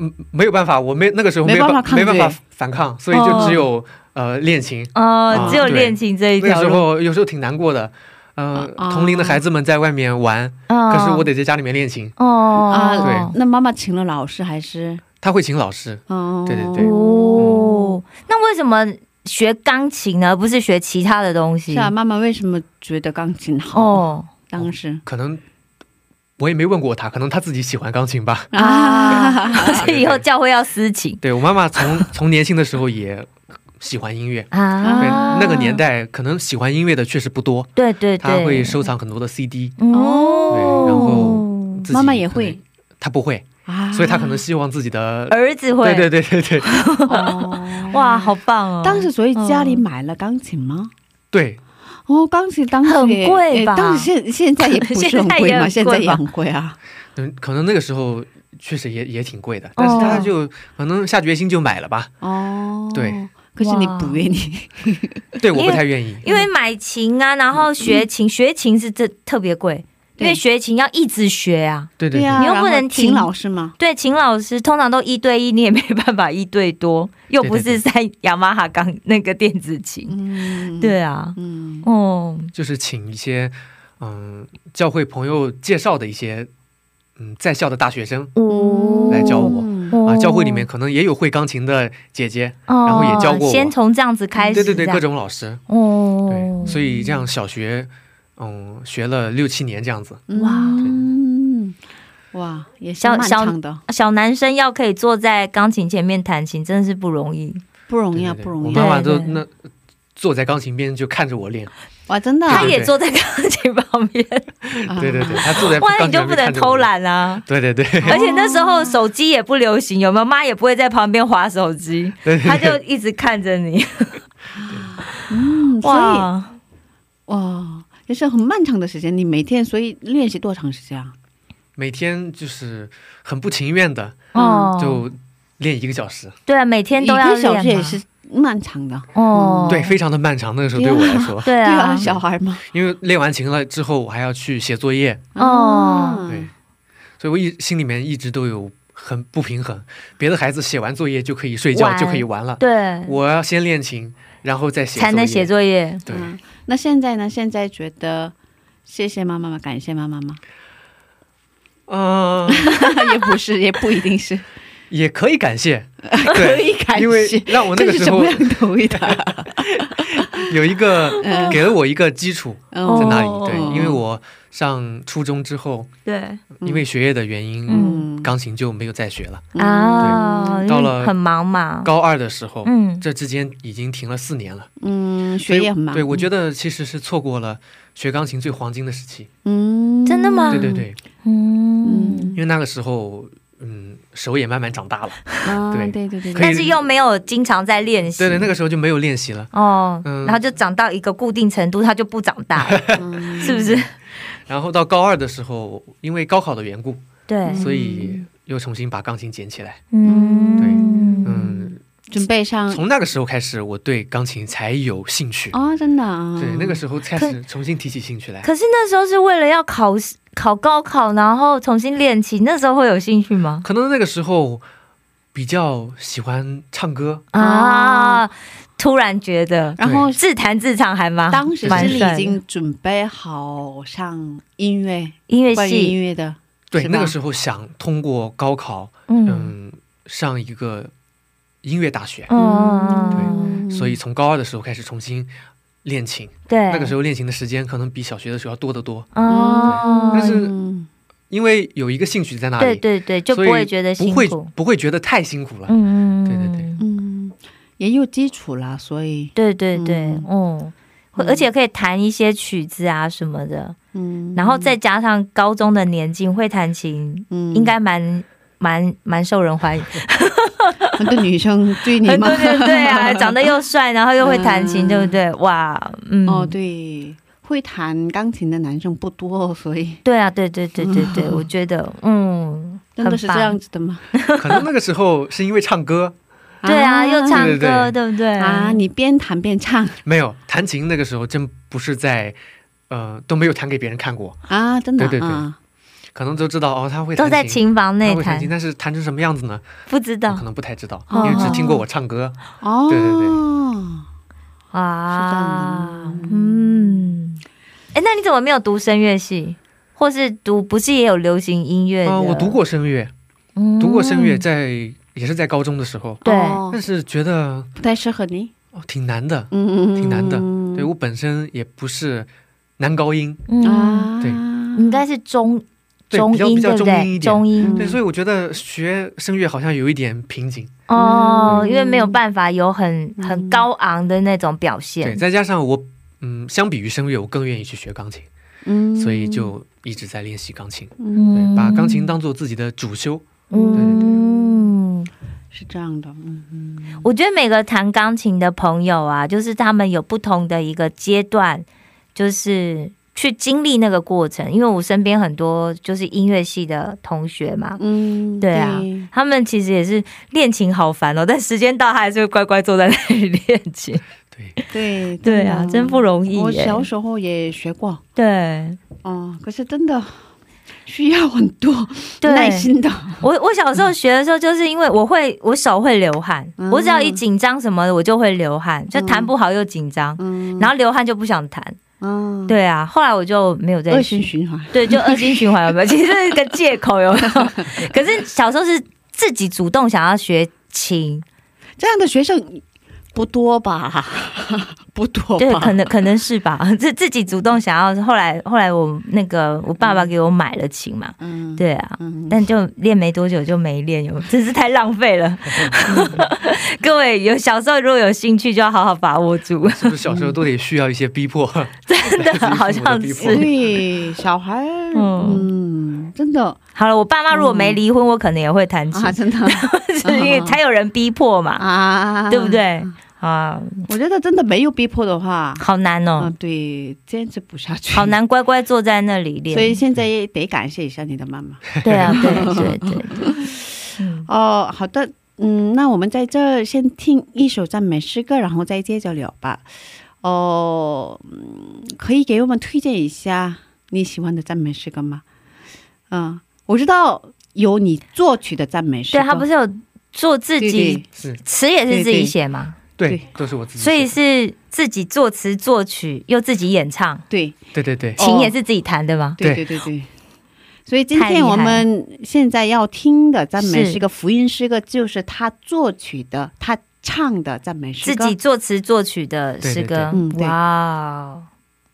[SPEAKER 4] 嗯，没有办法，我没那个时候
[SPEAKER 1] 没
[SPEAKER 4] 没有
[SPEAKER 1] 办法
[SPEAKER 4] 没
[SPEAKER 1] 抗
[SPEAKER 4] 办
[SPEAKER 1] 拒哦
[SPEAKER 4] 法反抗，所以就只有、呃练琴。
[SPEAKER 2] 哦，
[SPEAKER 4] 啊
[SPEAKER 2] 只有
[SPEAKER 4] 对
[SPEAKER 2] 恋情这一
[SPEAKER 4] 那个
[SPEAKER 2] 条
[SPEAKER 4] 时
[SPEAKER 2] 路。
[SPEAKER 4] 候有时候挺难过的，呃，
[SPEAKER 1] 啊
[SPEAKER 4] 同龄的孩子们在外面玩，
[SPEAKER 2] 嗯
[SPEAKER 4] 可是我得在家里面练琴。
[SPEAKER 2] 哦，
[SPEAKER 1] 啊，
[SPEAKER 4] 对
[SPEAKER 1] 那妈妈请了老师还是？
[SPEAKER 4] 他会请老师，
[SPEAKER 1] 哦，
[SPEAKER 4] 对对对
[SPEAKER 2] 哦，那为什么学钢琴呢？而不是学其他的东西？
[SPEAKER 1] 是啊，妈妈为什么觉得钢琴好？
[SPEAKER 2] 哦，
[SPEAKER 1] 当时
[SPEAKER 4] 可能我也没问过他，可能他自己喜欢钢琴吧。
[SPEAKER 1] [LAUGHS] 啊，
[SPEAKER 2] 所以以后教会要私情
[SPEAKER 4] 对我妈妈从从年轻的时候也喜欢音乐，
[SPEAKER 2] 啊
[SPEAKER 4] 对那个年，代可能喜欢音乐的确实不多，
[SPEAKER 2] 对对
[SPEAKER 4] 她
[SPEAKER 2] 对，
[SPEAKER 4] 会收藏很多的 CD，
[SPEAKER 2] 哦，
[SPEAKER 4] 对然后自己
[SPEAKER 1] 嗯妈妈也
[SPEAKER 4] 可能
[SPEAKER 1] 会，
[SPEAKER 4] 她不会，
[SPEAKER 1] 啊，
[SPEAKER 4] 所以她可能希望自己的。
[SPEAKER 2] 儿子会，
[SPEAKER 4] 对对对对对 [LAUGHS]
[SPEAKER 1] [LAUGHS] 哦
[SPEAKER 2] 哇，好棒哦！
[SPEAKER 1] 当时所以家里买了钢琴吗？
[SPEAKER 4] 对，
[SPEAKER 1] 哦，钢琴当时
[SPEAKER 2] 很
[SPEAKER 1] 也
[SPEAKER 2] 贵
[SPEAKER 1] 也
[SPEAKER 2] 吧
[SPEAKER 1] 当时现现在也不是
[SPEAKER 2] 现
[SPEAKER 1] 很
[SPEAKER 2] 在
[SPEAKER 1] 贵
[SPEAKER 2] 也
[SPEAKER 1] 嘛，[LAUGHS]
[SPEAKER 2] 很
[SPEAKER 1] 现
[SPEAKER 2] 贵
[SPEAKER 1] 在也
[SPEAKER 2] 吧
[SPEAKER 1] 很贵啊。
[SPEAKER 4] 嗯，可能那个时候确实也也挺
[SPEAKER 2] 哦
[SPEAKER 4] 贵的，但是她就可能下决心就买了吧。
[SPEAKER 1] 哦，
[SPEAKER 4] 对。
[SPEAKER 1] 可是你
[SPEAKER 2] 哇
[SPEAKER 1] 不愿意，
[SPEAKER 4] 对，我不太愿意。
[SPEAKER 2] 呃因为买琴啊，然后学琴，学琴是这特别贵，因为
[SPEAKER 1] 对
[SPEAKER 2] 学琴要一直学啊。
[SPEAKER 4] 对对
[SPEAKER 1] 呀、
[SPEAKER 4] 对，
[SPEAKER 2] 你又
[SPEAKER 1] 然
[SPEAKER 2] 不
[SPEAKER 1] 后
[SPEAKER 2] 能
[SPEAKER 1] 请
[SPEAKER 2] 停
[SPEAKER 1] 老师嘛。
[SPEAKER 2] 对，琴老师通常都一对一，你也没办法一对多，又不是
[SPEAKER 4] 对对
[SPEAKER 2] 在雅马哈钢那个电子琴。
[SPEAKER 1] 嗯，
[SPEAKER 2] 对啊，
[SPEAKER 1] 嗯，
[SPEAKER 2] 哦，
[SPEAKER 4] 就是请一些嗯教会朋友介绍的一些嗯在校的大学生
[SPEAKER 2] 哦
[SPEAKER 4] 来教我
[SPEAKER 1] 嗯
[SPEAKER 4] 啊，教会里面可能也有会钢琴的姐姐，
[SPEAKER 2] 哦，
[SPEAKER 4] 然后也教过我
[SPEAKER 2] 先从这样子开始，
[SPEAKER 4] 对对对，
[SPEAKER 2] 这样
[SPEAKER 4] 各种老师，
[SPEAKER 2] 哦
[SPEAKER 4] 对，，所以这样小学嗯学了六七年这样子，
[SPEAKER 1] 嗯
[SPEAKER 2] 哇
[SPEAKER 1] 嗯哇，也是
[SPEAKER 2] 小
[SPEAKER 1] 漫
[SPEAKER 2] 小
[SPEAKER 1] 长的，
[SPEAKER 2] 小男生要可以坐在钢琴前面弹琴，真的是不容易。
[SPEAKER 1] 不容
[SPEAKER 4] 对
[SPEAKER 1] 易啊，
[SPEAKER 4] 对对
[SPEAKER 1] 不容
[SPEAKER 4] 我
[SPEAKER 1] 易
[SPEAKER 4] 妈
[SPEAKER 1] 啊。
[SPEAKER 4] 妈都
[SPEAKER 2] 对对
[SPEAKER 4] 那坐在钢琴边就看着我练，
[SPEAKER 1] 哇，真的啊，
[SPEAKER 2] 他也
[SPEAKER 4] 对
[SPEAKER 2] 坐在钢琴旁边，
[SPEAKER 1] 啊
[SPEAKER 4] 对对对，她坐在
[SPEAKER 2] [LAUGHS]
[SPEAKER 4] 钢
[SPEAKER 2] 哇，
[SPEAKER 4] 琴
[SPEAKER 2] 你就
[SPEAKER 4] 边
[SPEAKER 2] 不
[SPEAKER 4] 看
[SPEAKER 2] 能
[SPEAKER 4] 着
[SPEAKER 2] 偷
[SPEAKER 4] 我练，
[SPEAKER 2] 懒啊！
[SPEAKER 4] 对对对， [LAUGHS]
[SPEAKER 2] 而且那时候手机也不流行，有没有？妈也不会在旁边划手
[SPEAKER 4] [LAUGHS]
[SPEAKER 2] 机，他就一直看着你。
[SPEAKER 1] 嗯，所以
[SPEAKER 2] 哇，
[SPEAKER 1] 哇，也是很漫长的时间。你每天所以练习多长时间啊？
[SPEAKER 4] 每天就是很不情愿的
[SPEAKER 2] 哦，
[SPEAKER 4] 嗯就练一个小时，
[SPEAKER 2] 对啊，每天都要
[SPEAKER 1] 一个小
[SPEAKER 2] 练
[SPEAKER 1] 时
[SPEAKER 2] 嘛
[SPEAKER 1] 也是漫长的。
[SPEAKER 2] 哦，
[SPEAKER 4] 嗯对，非常的漫长。那个时候对我来说， [LAUGHS]
[SPEAKER 2] 对
[SPEAKER 1] 对啊，
[SPEAKER 2] 啊，
[SPEAKER 1] 小孩嘛。
[SPEAKER 4] 因为练完琴了之后，我还要去写作业，
[SPEAKER 2] 哦
[SPEAKER 1] 啊
[SPEAKER 4] 对，所以我一心里面一直都有很不平衡。别的孩子写完作业就可以睡觉，
[SPEAKER 2] 玩
[SPEAKER 4] 就可以玩了，
[SPEAKER 1] 啊
[SPEAKER 2] 对，
[SPEAKER 4] 我要先练琴，然后再写
[SPEAKER 2] 才能写
[SPEAKER 4] 作业。
[SPEAKER 2] 作业。
[SPEAKER 4] 对，
[SPEAKER 1] 嗯，那现在呢？现在觉得谢谢妈妈吗？感谢妈妈吗？ [LAUGHS]
[SPEAKER 4] 嗯、
[SPEAKER 1] 也不
[SPEAKER 4] [LAUGHS]
[SPEAKER 1] 是，也不一定是
[SPEAKER 4] 也可以感谢，
[SPEAKER 1] [LAUGHS] 可
[SPEAKER 4] 对，
[SPEAKER 1] 以感
[SPEAKER 4] 因为
[SPEAKER 1] 谢。
[SPEAKER 4] 让我那
[SPEAKER 1] 这
[SPEAKER 4] 个
[SPEAKER 1] 是
[SPEAKER 4] 时
[SPEAKER 1] 什
[SPEAKER 4] 候
[SPEAKER 1] 么样的回
[SPEAKER 4] [LAUGHS]
[SPEAKER 1] 答？
[SPEAKER 4] 有一个
[SPEAKER 1] 嗯
[SPEAKER 4] 给了我一个基础在
[SPEAKER 1] 嗯
[SPEAKER 4] 那里。
[SPEAKER 2] 哦
[SPEAKER 4] 对，因为我上初中之后，
[SPEAKER 2] 对
[SPEAKER 4] 因为学业的原因，
[SPEAKER 1] 嗯
[SPEAKER 4] 钢琴就没有再学了。
[SPEAKER 2] 啊，因
[SPEAKER 4] 到
[SPEAKER 2] 为
[SPEAKER 4] 了
[SPEAKER 2] 很忙嘛。
[SPEAKER 4] 高二的时候，
[SPEAKER 2] 嗯，
[SPEAKER 4] 这之间已经停了四年了，
[SPEAKER 1] 嗯，
[SPEAKER 4] 所以
[SPEAKER 1] 学业很忙。
[SPEAKER 4] 对，我觉
[SPEAKER 1] 得
[SPEAKER 4] 得其实是错过了学钢琴最黄金的时期。
[SPEAKER 1] 嗯，
[SPEAKER 2] 真的吗
[SPEAKER 4] 对对对，
[SPEAKER 2] 嗯，
[SPEAKER 1] 嗯
[SPEAKER 4] 因，为那个时候，嗯，手也慢慢长大了，
[SPEAKER 1] 啊
[SPEAKER 4] 对
[SPEAKER 1] 对对对
[SPEAKER 4] 可以
[SPEAKER 1] 对，
[SPEAKER 2] 但是又没有经常在练习。
[SPEAKER 4] 对对，那个时候就没有练习了。
[SPEAKER 2] 哦，
[SPEAKER 4] 嗯
[SPEAKER 2] 然后就长到一个固定程度，它就不长大
[SPEAKER 4] [LAUGHS]
[SPEAKER 2] 了，
[SPEAKER 1] 嗯
[SPEAKER 2] 是不是？
[SPEAKER 4] 然后到高二的时候，因为高考的缘故，
[SPEAKER 1] 哎
[SPEAKER 2] 对
[SPEAKER 4] 所以又重新把钢琴捡起来。
[SPEAKER 2] 嗯，
[SPEAKER 4] 嗯，
[SPEAKER 1] 准备上
[SPEAKER 4] 从那个时候开始，我对钢琴才有兴趣。
[SPEAKER 1] 啊，真的啊，
[SPEAKER 4] 对，那个时候开
[SPEAKER 2] 可
[SPEAKER 4] 始重新提起兴趣来。
[SPEAKER 2] 可是那时候是为了要考试、考高考，然后重新练琴，那时候会有兴趣吗？
[SPEAKER 4] 可能那个时候比较喜欢唱歌，
[SPEAKER 2] 啊，突然觉得
[SPEAKER 1] 然后
[SPEAKER 2] 自弹自唱还蛮
[SPEAKER 1] 当时
[SPEAKER 2] 啊蛮
[SPEAKER 1] 是你
[SPEAKER 2] 帅
[SPEAKER 1] 已
[SPEAKER 2] 的
[SPEAKER 1] 经准备好上音乐，
[SPEAKER 2] 音乐
[SPEAKER 1] 关于音
[SPEAKER 2] 系，
[SPEAKER 1] 乐的，
[SPEAKER 4] 对，
[SPEAKER 1] 是吧
[SPEAKER 4] 那个时候想通过高考，
[SPEAKER 2] 嗯
[SPEAKER 4] 嗯，上一个音乐大学，
[SPEAKER 2] 嗯，
[SPEAKER 4] 所以从高二的时候开始重新练琴。
[SPEAKER 2] 对，
[SPEAKER 4] 那个时
[SPEAKER 2] 候
[SPEAKER 4] 候练琴的时间可能比小学的时候要多得多，
[SPEAKER 2] 哦，
[SPEAKER 4] 但是
[SPEAKER 1] 嗯
[SPEAKER 4] 因为有一个兴趣在那里，
[SPEAKER 2] 对对对，就不
[SPEAKER 4] 所以
[SPEAKER 2] 会觉得
[SPEAKER 4] 不
[SPEAKER 2] 辛
[SPEAKER 4] 会
[SPEAKER 2] 苦，
[SPEAKER 4] 不会觉得太
[SPEAKER 2] [LAUGHS]
[SPEAKER 4] 辛苦了。
[SPEAKER 2] 嗯嗯，
[SPEAKER 4] 对对对
[SPEAKER 1] 嗯，也有基础啦，所以
[SPEAKER 2] 对对对
[SPEAKER 1] 嗯，
[SPEAKER 2] 嗯，会
[SPEAKER 1] 嗯
[SPEAKER 2] 而且可以弹一些曲子啊什么的，
[SPEAKER 1] 嗯，
[SPEAKER 2] 然后再加上高中的年纪会弹琴，
[SPEAKER 1] 嗯
[SPEAKER 2] 应该蛮蛮蛮受人欢迎。
[SPEAKER 1] 很多女生追你
[SPEAKER 2] [LAUGHS] 对
[SPEAKER 1] 吗？
[SPEAKER 2] 对对啊，长得又帅，然后又会弹琴，
[SPEAKER 1] 嗯
[SPEAKER 2] 对不对？哇，嗯，
[SPEAKER 1] [LAUGHS] 哦，对，会弹钢琴的男生不多，所以
[SPEAKER 2] 对啊，对对对对对，我觉得嗯，
[SPEAKER 1] 真的是
[SPEAKER 2] 很棒
[SPEAKER 1] 这样子的吗？
[SPEAKER 4] 可能那个时候是因为唱歌，
[SPEAKER 2] 对啊，又唱
[SPEAKER 4] 对对
[SPEAKER 2] 歌，
[SPEAKER 4] 对
[SPEAKER 2] 对不对？
[SPEAKER 1] 啊，你边弹边唱
[SPEAKER 4] 没有弹琴那个时候真不是在，呃，都没有弹给别人看过，
[SPEAKER 1] 啊，真的
[SPEAKER 4] 对对对
[SPEAKER 1] 啊，
[SPEAKER 4] 可能都知道哦，他会弹
[SPEAKER 2] 都在
[SPEAKER 4] 琴，
[SPEAKER 2] 琴房
[SPEAKER 4] 他
[SPEAKER 2] 内
[SPEAKER 4] 会弹
[SPEAKER 2] 弹
[SPEAKER 4] 琴，，但是弹成什么样子呢？
[SPEAKER 2] 不知
[SPEAKER 4] 我
[SPEAKER 2] 道
[SPEAKER 4] 可能不太知道，
[SPEAKER 1] 哦
[SPEAKER 4] 因为只听过我唱歌。
[SPEAKER 1] 哦，
[SPEAKER 4] 对对对
[SPEAKER 2] 啊
[SPEAKER 1] 是这样的。
[SPEAKER 2] 嗯，哎，那你怎么没有读声乐系，或是读不是也有流行音乐的？
[SPEAKER 4] 啊，我读过声乐，
[SPEAKER 2] 嗯，
[SPEAKER 4] 读过声乐在，也是在高中的时候，
[SPEAKER 2] 对
[SPEAKER 1] 哦
[SPEAKER 4] 但是觉得
[SPEAKER 1] 不太适合你，
[SPEAKER 4] 哦挺难的。
[SPEAKER 1] 嗯，
[SPEAKER 4] 挺难的对我本身也不是男高音，
[SPEAKER 2] 嗯，
[SPEAKER 1] 啊，
[SPEAKER 4] 对
[SPEAKER 2] 你应该是中
[SPEAKER 4] 对
[SPEAKER 2] 中
[SPEAKER 4] 比较
[SPEAKER 2] 音
[SPEAKER 4] 比
[SPEAKER 2] 对
[SPEAKER 4] 较
[SPEAKER 2] 不
[SPEAKER 4] 中音
[SPEAKER 2] 对？
[SPEAKER 4] 一点
[SPEAKER 2] 中音
[SPEAKER 1] 嗯
[SPEAKER 4] 对，所以我觉得学声乐好像有一点瓶颈。
[SPEAKER 2] 哦，
[SPEAKER 1] 嗯
[SPEAKER 2] 因为没有办法有很很高昂的那种表
[SPEAKER 4] 对，
[SPEAKER 2] 现。
[SPEAKER 4] 再加上我，嗯，相比于声乐，我更愿意去学钢琴，
[SPEAKER 1] 嗯，
[SPEAKER 4] 所以就一直在练习钢琴，
[SPEAKER 1] 嗯
[SPEAKER 4] 对，把钢琴当做自己的主修。对对
[SPEAKER 2] 嗯，
[SPEAKER 1] 是这样的，嗯嗯
[SPEAKER 2] 我觉得每个弹钢琴的朋友啊，就是他们有不同的一个阶段，就是去经历那个过程。因为我身边很多就是音乐系的同学嘛，
[SPEAKER 1] 嗯，
[SPEAKER 2] 对啊他们其实也是练琴好烦哦，但时间到他还是会乖乖坐在那里练琴。
[SPEAKER 1] [LAUGHS]
[SPEAKER 4] 对，
[SPEAKER 1] 对
[SPEAKER 2] 对啊，真不容易
[SPEAKER 1] 我
[SPEAKER 2] 耶。
[SPEAKER 1] 小时候也学过，
[SPEAKER 2] 对
[SPEAKER 1] 哦、可是真的需要很多
[SPEAKER 2] 对
[SPEAKER 1] 耐心的，
[SPEAKER 2] 我我小时候学的时候，就是因为我会我手会流汗，
[SPEAKER 1] 嗯
[SPEAKER 2] 我只要一紧张什么的，我就会流汗，就弹不好又紧张，
[SPEAKER 1] 嗯，
[SPEAKER 2] 然后流汗就不想弹。
[SPEAKER 1] 嗯，
[SPEAKER 2] 对啊，后来我就没有再
[SPEAKER 1] 恶
[SPEAKER 2] 学
[SPEAKER 1] 性。循环，
[SPEAKER 2] 对，就恶性循环有
[SPEAKER 1] [LAUGHS]
[SPEAKER 2] 没有？其实是个借口有没有？可是小时候是自己主动想要学琴，
[SPEAKER 1] 这样的学生不多吧？ [LAUGHS] 不多
[SPEAKER 2] 对，
[SPEAKER 1] 吧？
[SPEAKER 2] 可能可能是吧， [LAUGHS] 自自己主动想要。后来后来我那个我爸爸给我买了琴嘛，
[SPEAKER 1] 嗯，
[SPEAKER 2] 对啊。
[SPEAKER 1] 嗯，
[SPEAKER 2] 但就练没多久就没练，有没有真是太浪
[SPEAKER 1] [LAUGHS]
[SPEAKER 2] 费了。各位有小时候如果有兴趣，就要好好把握住，
[SPEAKER 4] 是不是小时候都得需要一些逼迫？
[SPEAKER 1] 嗯
[SPEAKER 2] 真
[SPEAKER 4] 来自于父
[SPEAKER 2] 的
[SPEAKER 4] 母
[SPEAKER 2] 好像
[SPEAKER 4] 的逼迫
[SPEAKER 2] 是。
[SPEAKER 1] 对，小孩，嗯，真的
[SPEAKER 2] 好了，我爸妈如果没离婚，我可能也会弹琴
[SPEAKER 1] 嗯
[SPEAKER 2] [LAUGHS]
[SPEAKER 1] 啊，，真的
[SPEAKER 2] 是因为才有人逼迫嘛，
[SPEAKER 1] 啊，
[SPEAKER 2] 对不？对？啊，
[SPEAKER 1] 我觉得真的没有逼迫的话，
[SPEAKER 2] 好难哦。
[SPEAKER 1] 啊，对，坚持不下去，
[SPEAKER 2] 好。难乖乖坐在那里练。
[SPEAKER 1] 所以现在也得感谢一下你的妈妈。
[SPEAKER 2] 对啊，
[SPEAKER 1] [LAUGHS]
[SPEAKER 2] 对对对对，
[SPEAKER 1] 哦，好的，嗯，那我们在这儿先听一首赞美诗歌，然后再接着聊吧。哦，嗯可以给我们推荐一下你喜欢的赞美诗歌吗？嗯，我知道有你作曲的赞美诗歌，
[SPEAKER 2] 对他不
[SPEAKER 1] 是
[SPEAKER 2] 是有做自己
[SPEAKER 4] 是
[SPEAKER 2] 词也是自己写嘛，
[SPEAKER 4] [LAUGHS] 对
[SPEAKER 1] 对，
[SPEAKER 4] 都是我自己写的。
[SPEAKER 2] 所以是自己作词作曲又自己演唱，
[SPEAKER 1] 对
[SPEAKER 4] 对对对，
[SPEAKER 2] 琴也是自己弹的吗？
[SPEAKER 1] 对对
[SPEAKER 4] 对
[SPEAKER 1] 对对。所以今天我们现在要听的赞美诗歌，福音诗歌就是他作曲的，他唱的赞美诗
[SPEAKER 2] 自
[SPEAKER 1] 歌。
[SPEAKER 2] 己作词作曲的诗歌
[SPEAKER 1] 对对对嗯，对
[SPEAKER 2] 哇哦，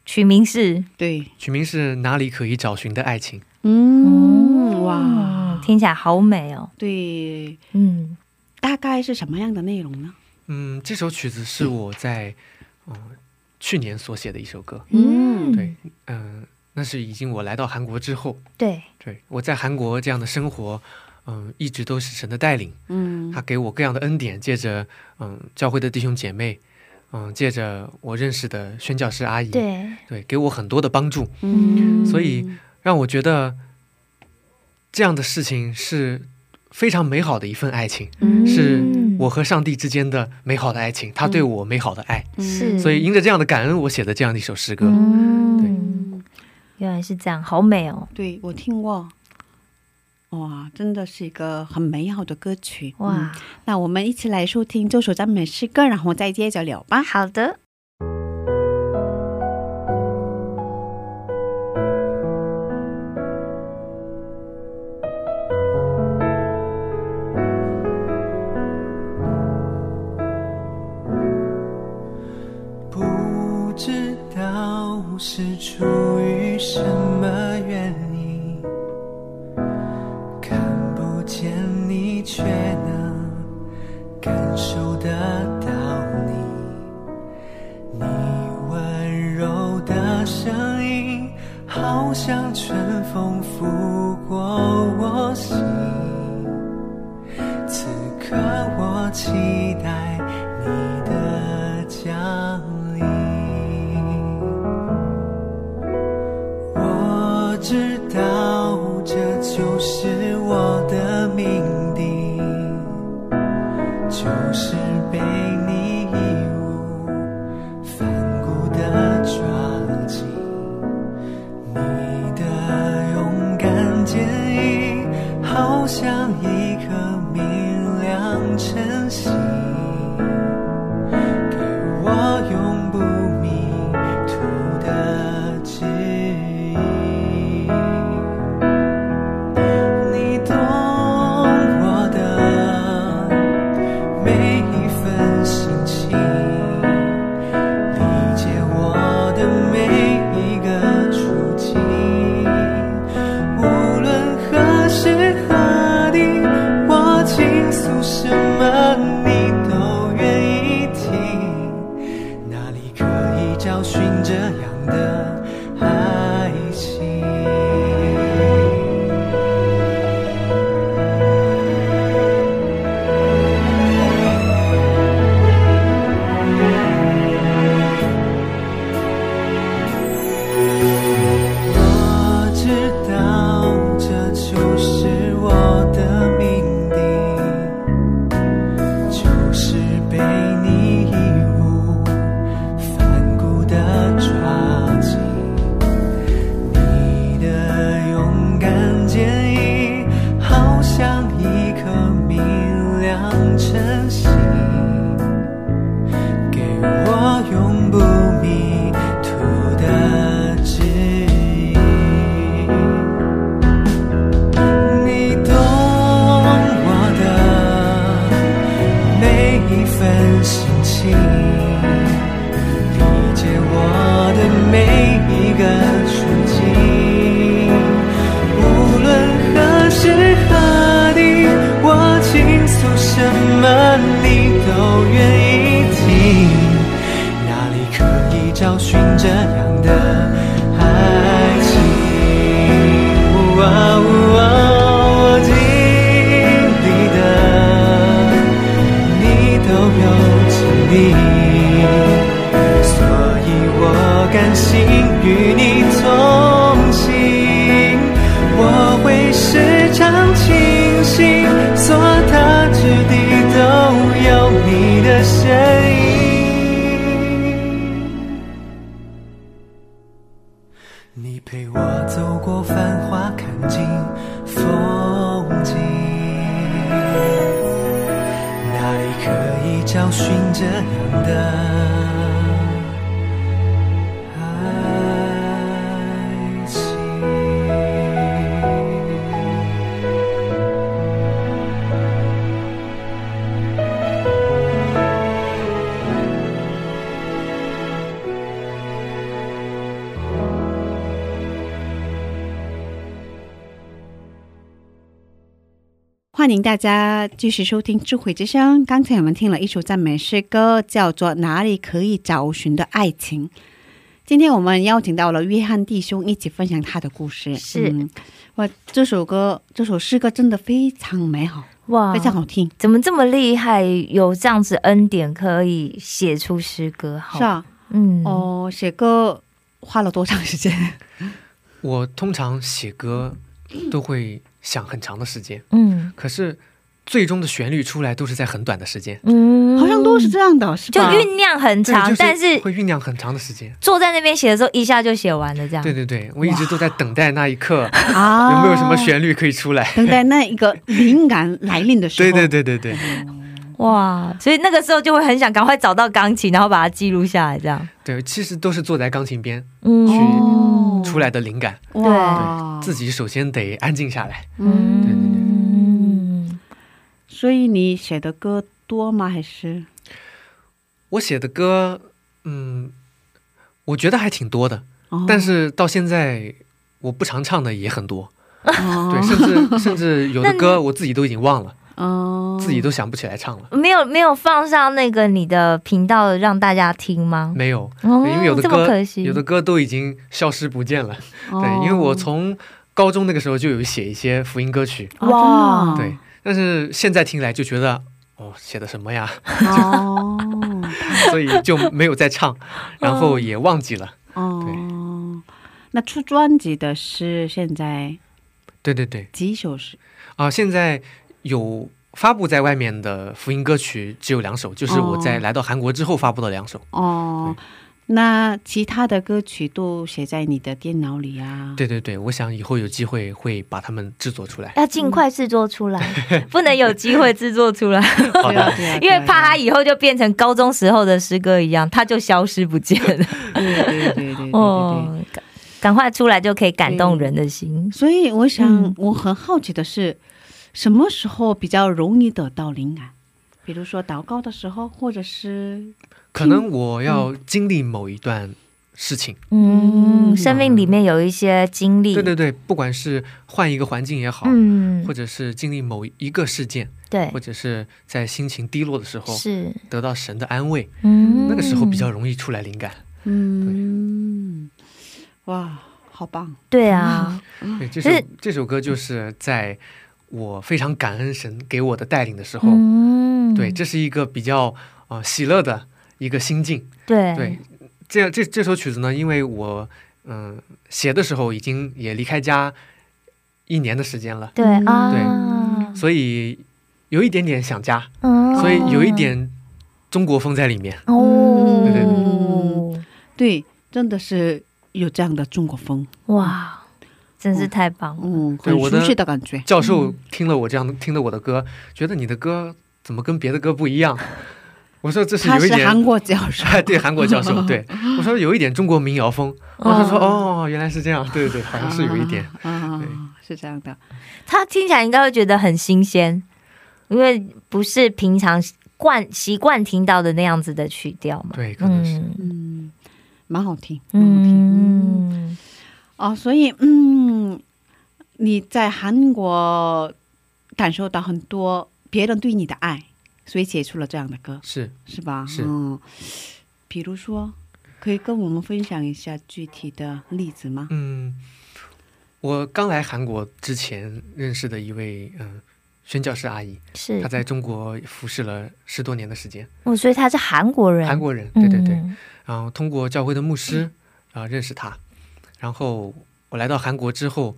[SPEAKER 2] 取名是
[SPEAKER 1] 对，
[SPEAKER 4] 取名是哪里可以找寻的爱情？
[SPEAKER 1] 嗯，
[SPEAKER 2] 嗯
[SPEAKER 1] 哇，
[SPEAKER 2] 听起来好美哦，
[SPEAKER 1] 对，
[SPEAKER 2] 嗯
[SPEAKER 1] 大概是什么样的内容呢？
[SPEAKER 4] 嗯，这首曲子是我在嗯、呃去年所写的一首歌。
[SPEAKER 1] 嗯
[SPEAKER 4] 对，嗯、那是已经我来到韩国之后，
[SPEAKER 2] 对，
[SPEAKER 4] 对我在韩国这样的生活，嗯、一直都是神的带领，
[SPEAKER 1] 嗯
[SPEAKER 4] 他给我各样的恩典，借着嗯教会的弟兄姐妹，嗯借着我认识的宣教师阿姨，
[SPEAKER 2] 对，
[SPEAKER 4] 对给我很多的帮助，
[SPEAKER 2] 嗯
[SPEAKER 4] 所以让我觉得这样的事情是非常美好的一份爱情，
[SPEAKER 1] 嗯
[SPEAKER 4] 是
[SPEAKER 2] 嗯
[SPEAKER 4] 我和上帝之间的美好的爱情，他对我美好的爱，
[SPEAKER 2] 是
[SPEAKER 4] 所以因着这样的感恩，我写的这样的一首诗歌。
[SPEAKER 2] 嗯，原来是这样，好美哦，
[SPEAKER 1] 对我听过，哇，真的是一个很美好的歌曲
[SPEAKER 2] 哇，
[SPEAKER 1] 嗯那我们一起来收听这首赞美诗歌，然后再接着聊吧。
[SPEAKER 2] 好的。
[SPEAKER 3] 不知道是出于什么原因，看不见你却能感受得到你，你温柔的声音好像春风拂过我心。此刻我期待你的降临。我你，所以我甘心与你同行。我会时常清醒，所踏之地都有你的身影。你陪我走过繁华，看尽风景。哪里可以找寻这样的爱情？
[SPEAKER 1] 欢迎大家继续收听《智慧之声》。刚才我们听了一首赞美诗歌，叫做《哪里可以找寻的爱情》。今天我们邀请到了约翰弟兄一起分享他的故事。
[SPEAKER 2] 是
[SPEAKER 1] 嗯，哇，这首歌，这首诗歌真的非常美好，
[SPEAKER 2] 哇
[SPEAKER 1] 非常好听，
[SPEAKER 2] 怎么这么厉害？有这样子恩典可以写出诗歌，好
[SPEAKER 1] 是，啊。
[SPEAKER 2] 嗯，哦，
[SPEAKER 1] 哦，写歌花了多长时间？
[SPEAKER 4] 我通常写歌都会想很长的时间，
[SPEAKER 2] 嗯
[SPEAKER 4] 可是最终的旋律出来都是在很短的时间，
[SPEAKER 2] 嗯，
[SPEAKER 1] 好像都是这样的，是
[SPEAKER 2] 就
[SPEAKER 1] 吧？
[SPEAKER 2] 酝酿很
[SPEAKER 4] 对
[SPEAKER 2] 长，
[SPEAKER 4] 就
[SPEAKER 2] 但是
[SPEAKER 4] 会酝酿很长的时间。
[SPEAKER 2] 坐在那边写的时候，一下就写完了，这样，
[SPEAKER 4] 对对对，我一直都在等待那一刻，
[SPEAKER 1] 啊，
[SPEAKER 4] 有没有什么旋律可以出
[SPEAKER 2] 哦
[SPEAKER 4] 来？
[SPEAKER 1] 等待那一个灵感来临的时候，
[SPEAKER 4] 对对对对对
[SPEAKER 2] 哇，所以那个时候就会很想赶快找到钢琴，然后把它记录下来，这样，
[SPEAKER 4] 对，其实都是坐在钢琴边
[SPEAKER 2] 嗯
[SPEAKER 4] 去
[SPEAKER 1] 哦
[SPEAKER 4] 出来的灵感，
[SPEAKER 2] 哦
[SPEAKER 1] 哇，
[SPEAKER 4] 自己首先得安静下来。
[SPEAKER 1] 嗯，
[SPEAKER 2] 嗯，
[SPEAKER 1] 所以你写的歌多吗？还是
[SPEAKER 4] 我写的歌，嗯，我觉得还挺多的，
[SPEAKER 1] 哦
[SPEAKER 4] 但是到现在我不常唱的也很多，对，
[SPEAKER 1] 哦，
[SPEAKER 4] 甚至甚至
[SPEAKER 2] [LAUGHS]
[SPEAKER 4] 有的歌我自己都已经忘了，
[SPEAKER 1] 哦
[SPEAKER 4] 自己
[SPEAKER 2] 嗯
[SPEAKER 4] 都想不起来唱了。
[SPEAKER 2] 没有没有放上那个你的频道让大家听吗？
[SPEAKER 4] 没有，
[SPEAKER 2] 哦
[SPEAKER 4] 嗯对因为有的
[SPEAKER 2] 这么
[SPEAKER 4] 歌
[SPEAKER 2] 可惜，哦
[SPEAKER 4] 有的歌都已经消失不见了。
[SPEAKER 1] 哦
[SPEAKER 4] 对，因为我从高中那个时候就有写一些福音歌曲，
[SPEAKER 2] 哦
[SPEAKER 1] 哇，
[SPEAKER 4] 对，但是现在听来就觉得。哦，写的什么呀？ [LAUGHS]
[SPEAKER 1] 哦
[SPEAKER 4] 所以就没有再唱，然
[SPEAKER 2] 嗯
[SPEAKER 4] 后也忘记了。
[SPEAKER 1] 哦，那出专辑的是现在
[SPEAKER 4] 对对对，
[SPEAKER 1] 几首诗？
[SPEAKER 4] 啊、现在有发布在外面的福音歌曲只有两首，就是我在
[SPEAKER 1] 哦
[SPEAKER 4] 来到韩国之后发布的两首。
[SPEAKER 1] 哦，那其他的歌曲都写在你的电脑里啊？
[SPEAKER 4] 对对对，我想以后有机会会把它们制作
[SPEAKER 2] [LAUGHS]
[SPEAKER 4] 出来。
[SPEAKER 2] 要尽快制作
[SPEAKER 4] [LAUGHS]
[SPEAKER 2] 出来，不能有机会制作出来，
[SPEAKER 4] 好
[SPEAKER 1] 对啊，
[SPEAKER 4] 的，
[SPEAKER 1] 对
[SPEAKER 2] [LAUGHS]
[SPEAKER 1] 啊，
[SPEAKER 2] 因为怕他
[SPEAKER 1] 对
[SPEAKER 2] 以后就变成高中时候的诗歌一样，他就消失不
[SPEAKER 4] [LAUGHS]
[SPEAKER 2] 见了。
[SPEAKER 1] 啊对对对对对对对。
[SPEAKER 2] 哦，赶赶快出来就可以感动人的心。
[SPEAKER 1] 所以我想，
[SPEAKER 2] 嗯
[SPEAKER 1] 我很好奇的是，什么时候比较容易得到灵感？比如说祷告的时候，或者是
[SPEAKER 4] 可能我要经历某一段事情，
[SPEAKER 2] 嗯，生命里面有一些经历，
[SPEAKER 4] 对对对，不管是换一个环境也好，
[SPEAKER 2] 嗯
[SPEAKER 4] 或，者是经历某一个事件，
[SPEAKER 2] 对
[SPEAKER 4] 或，者是在心情低落的时候
[SPEAKER 2] 是，
[SPEAKER 4] 得到神的安慰，
[SPEAKER 2] 嗯
[SPEAKER 4] 那个时候比较容易出来灵感。
[SPEAKER 1] 嗯，哇，好棒！
[SPEAKER 2] 对啊，
[SPEAKER 4] 对，这
[SPEAKER 2] 是
[SPEAKER 4] 首这首歌就是在我非常感恩神给我的带领的时候，
[SPEAKER 2] 嗯，
[SPEAKER 4] 对，这是一个比较呃喜乐的一个心境。
[SPEAKER 2] 对
[SPEAKER 4] 对，这这这首曲子呢，因为我嗯、写的时候已经也离开家一年的时间了，
[SPEAKER 2] 对
[SPEAKER 1] 嗯
[SPEAKER 2] 啊，
[SPEAKER 4] 所以有一点点想家，
[SPEAKER 1] 哦
[SPEAKER 2] 嗯
[SPEAKER 4] 所以有一点中国风在里
[SPEAKER 1] 嗯
[SPEAKER 4] 面。
[SPEAKER 2] 哦，
[SPEAKER 4] 对对
[SPEAKER 1] 对，真的是有这样的中国风，
[SPEAKER 2] 哇，真是太棒了，
[SPEAKER 1] 嗯，
[SPEAKER 4] 对
[SPEAKER 1] 很
[SPEAKER 4] 我
[SPEAKER 1] 熟
[SPEAKER 4] 的
[SPEAKER 1] 悉的感觉。
[SPEAKER 4] 教授听了我这样的听了我的歌，觉得你的歌怎么跟别的歌不一样？ [LAUGHS] 我说这是
[SPEAKER 1] 他
[SPEAKER 4] 有一
[SPEAKER 1] 是
[SPEAKER 4] 点
[SPEAKER 1] 韩国教授，
[SPEAKER 4] 哎， [LAUGHS] 对，韩国教授，对我说有一点中国民谣风，我说说哦，原来是这样，对对对，好像是有一点，
[SPEAKER 1] 啊啊
[SPEAKER 4] 对
[SPEAKER 1] 是这样的。
[SPEAKER 2] 他听起来应该会觉得很新鲜，因为不是平常惯习惯听到的那样子的曲调嘛，
[SPEAKER 4] 对，可能是、
[SPEAKER 2] 嗯
[SPEAKER 1] 嗯，蛮好听，蛮好听。嗯，
[SPEAKER 2] 嗯，
[SPEAKER 1] 哦，所以嗯，你在韩国感受到很多别人对你的爱，所以写出了这样的歌，
[SPEAKER 4] 是。
[SPEAKER 1] 是吧？
[SPEAKER 4] 是
[SPEAKER 1] 嗯，比如说，可以跟我们分享一下具体的例子吗？
[SPEAKER 4] 嗯，我刚来韩国之前认识的一位嗯、呃宣教师阿姨，
[SPEAKER 2] 是
[SPEAKER 4] 她在中国服侍了十多年的时间，
[SPEAKER 2] 哦，所以他是韩国
[SPEAKER 1] 啊
[SPEAKER 2] 人，
[SPEAKER 4] 韩国人，对对对。
[SPEAKER 2] 嗯
[SPEAKER 4] 然后通过教会的牧师啊、认识他，然后我来到韩国之后，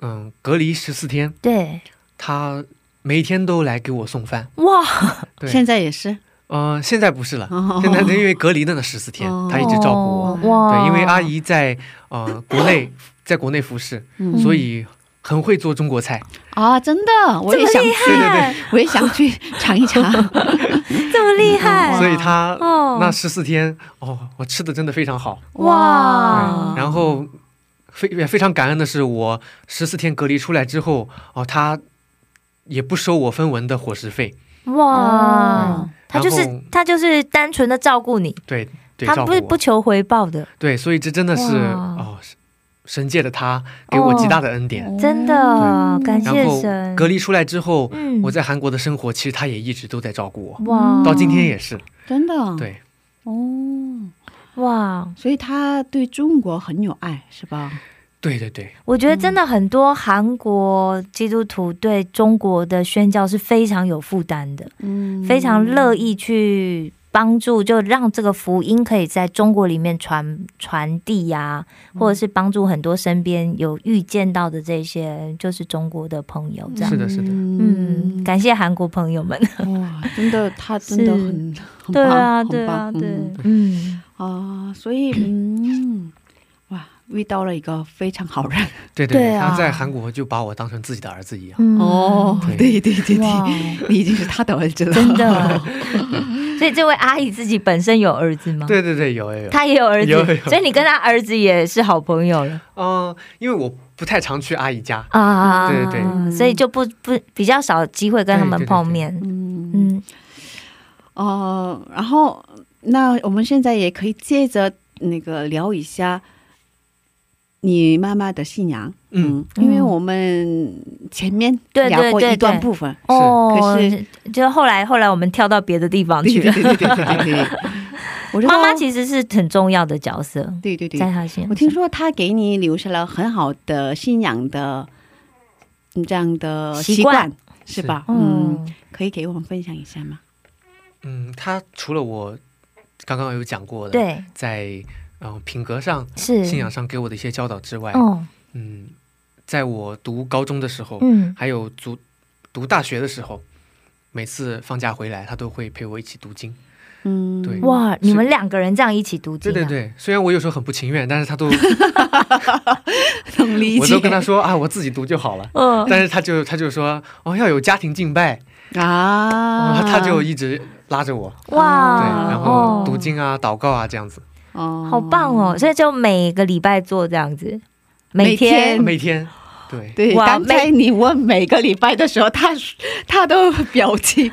[SPEAKER 4] 嗯，隔离十四天，
[SPEAKER 2] 对，
[SPEAKER 4] 他每天都来给我送饭。
[SPEAKER 2] 哇，
[SPEAKER 4] 对，
[SPEAKER 1] 现在也是
[SPEAKER 4] 呃，现在不是了，
[SPEAKER 1] 哦
[SPEAKER 4] 现在因为隔离的那十四天，
[SPEAKER 1] 哦
[SPEAKER 4] 他一直照顾我。
[SPEAKER 2] 哦哇，
[SPEAKER 4] 对，因为啊阿姨在呃国内，在国内服侍，
[SPEAKER 1] 嗯
[SPEAKER 4] 所以很会做中国菜。
[SPEAKER 1] 啊，真的，我也想
[SPEAKER 4] 对对对，
[SPEAKER 1] 我也想
[SPEAKER 4] [LAUGHS]
[SPEAKER 1] 去尝一尝。
[SPEAKER 2] 这么厉害，
[SPEAKER 4] 所以她
[SPEAKER 2] 哦
[SPEAKER 4] 那十四天，哦，我吃的真的非常好。
[SPEAKER 1] 啊
[SPEAKER 2] 哇，
[SPEAKER 4] 嗯然后非也非常感恩的是，我十四天隔离出来之后，哦，她也不收我分文的伙食费，
[SPEAKER 2] 哇，他就
[SPEAKER 4] 嗯然后
[SPEAKER 2] 是他就是单纯的照顾你，
[SPEAKER 4] 对对，
[SPEAKER 2] 他
[SPEAKER 4] 照顾
[SPEAKER 2] 不
[SPEAKER 4] 我。
[SPEAKER 2] 不求回报的，
[SPEAKER 4] 对，所以这真的是
[SPEAKER 2] 哇
[SPEAKER 4] 哦，神界的他给我极大的恩典。
[SPEAKER 2] 真的感
[SPEAKER 4] 嗯然
[SPEAKER 2] 哦谢
[SPEAKER 4] 后
[SPEAKER 2] 神。
[SPEAKER 4] 隔离出来之后，
[SPEAKER 2] 嗯
[SPEAKER 4] 我在韩国的生活其实他也一直都在照顾我，
[SPEAKER 2] 哇
[SPEAKER 4] 到今天也是。
[SPEAKER 1] 真的，
[SPEAKER 4] 对，
[SPEAKER 1] 哦，
[SPEAKER 2] 哇，
[SPEAKER 1] 所以他对中国很有爱，是吧？
[SPEAKER 4] 对对对，
[SPEAKER 2] 我觉得真的很多韩国基督徒对中国的宣教是非常有负担的，
[SPEAKER 1] 嗯，
[SPEAKER 2] 非常乐意去帮助，就让这个福音可以在中国里面传传递呀、
[SPEAKER 1] 嗯
[SPEAKER 2] 或者是帮助很多身边有遇见到的这些就是中国的朋友这样
[SPEAKER 4] 是。的，是的，
[SPEAKER 2] 嗯，感谢韩国朋友们。
[SPEAKER 1] 哇，真的，他真的
[SPEAKER 2] 是
[SPEAKER 1] 很很棒，
[SPEAKER 2] 对啊，
[SPEAKER 1] 很
[SPEAKER 2] 对啊，
[SPEAKER 1] 棒
[SPEAKER 2] 对
[SPEAKER 1] 嗯，
[SPEAKER 2] 嗯，
[SPEAKER 1] 啊，所以嗯，哇，遇到了一个非常好人
[SPEAKER 4] 对
[SPEAKER 2] 对啊
[SPEAKER 4] 他在韩国就把我当成自己的儿子一样。
[SPEAKER 2] 嗯，
[SPEAKER 1] 哦对对对
[SPEAKER 2] 哇
[SPEAKER 1] 对，， [LAUGHS] 你已经是他的儿子了，
[SPEAKER 2] [LAUGHS] 真的。所以这位阿姨自己本身有儿子吗？，
[SPEAKER 4] 对对对，有有有。
[SPEAKER 2] 她也有儿子
[SPEAKER 4] 有有
[SPEAKER 2] 所以你跟她儿子也是好朋友了
[SPEAKER 4] 嗯、因为我不太常去阿姨家，
[SPEAKER 2] 啊
[SPEAKER 4] 对对
[SPEAKER 1] 对
[SPEAKER 2] 所以就不不比较少机会跟他们
[SPEAKER 4] 对对对
[SPEAKER 2] 碰面。
[SPEAKER 1] 嗯
[SPEAKER 2] 嗯，
[SPEAKER 1] 哦、然后那我们现在也可以接着那个聊一下你妈妈的信仰，
[SPEAKER 4] 嗯，
[SPEAKER 1] 因为我们前面
[SPEAKER 2] 对对
[SPEAKER 1] 聊过
[SPEAKER 2] 对
[SPEAKER 1] 一段
[SPEAKER 2] 对
[SPEAKER 1] 部分，
[SPEAKER 2] 哦
[SPEAKER 1] 可，
[SPEAKER 2] 就就后来后来我们跳到别的地方去
[SPEAKER 1] 嗯对
[SPEAKER 2] 了。
[SPEAKER 1] 对对对对对对，我知道
[SPEAKER 2] [LAUGHS] 妈妈其实是很重要的角色，
[SPEAKER 1] 对对对
[SPEAKER 2] 在，她心。
[SPEAKER 1] 我听，说他给你留下了很好的信仰的嗯这样的
[SPEAKER 2] 习
[SPEAKER 1] 习
[SPEAKER 2] 惯
[SPEAKER 1] 惯，是吧？嗯，
[SPEAKER 2] 嗯，
[SPEAKER 1] 可以给我们分享一下吗？
[SPEAKER 4] 嗯，他除了我刚刚有讲过的，
[SPEAKER 2] 对，
[SPEAKER 4] 在嗯、呃品格上、
[SPEAKER 2] 是
[SPEAKER 4] 信仰上给我的一些教导之外，
[SPEAKER 2] 哦，
[SPEAKER 4] 嗯，在我读高中的时候，
[SPEAKER 2] 嗯，
[SPEAKER 4] 还有读读大学的时候，每次放假回来，他都会陪我一起读经。
[SPEAKER 1] 嗯，
[SPEAKER 4] 对
[SPEAKER 2] 哇，
[SPEAKER 4] 是
[SPEAKER 2] 你们两个人这样一起读经、
[SPEAKER 4] 对
[SPEAKER 2] 啊，
[SPEAKER 4] 对对，虽然我有时候很不情愿，但是他都
[SPEAKER 1] 能理
[SPEAKER 4] 我
[SPEAKER 1] 解
[SPEAKER 4] 都跟他说啊，我自己读就好了。
[SPEAKER 2] 嗯，
[SPEAKER 4] 但是他就他就说哦，要有家庭敬拜，然
[SPEAKER 1] 啊
[SPEAKER 4] 后，他就一直拉着我，对，
[SPEAKER 2] 哇，哦
[SPEAKER 4] 然后读经啊、祷告啊这样子，
[SPEAKER 1] 哦
[SPEAKER 2] 哦，好棒哦！所以就每个礼拜做这样子，
[SPEAKER 1] 每
[SPEAKER 2] 天
[SPEAKER 1] [LAUGHS] 天嗯
[SPEAKER 4] 每天对。
[SPEAKER 1] 对，
[SPEAKER 2] 哇
[SPEAKER 1] 刚才你问每个礼拜的时候，他他都表情，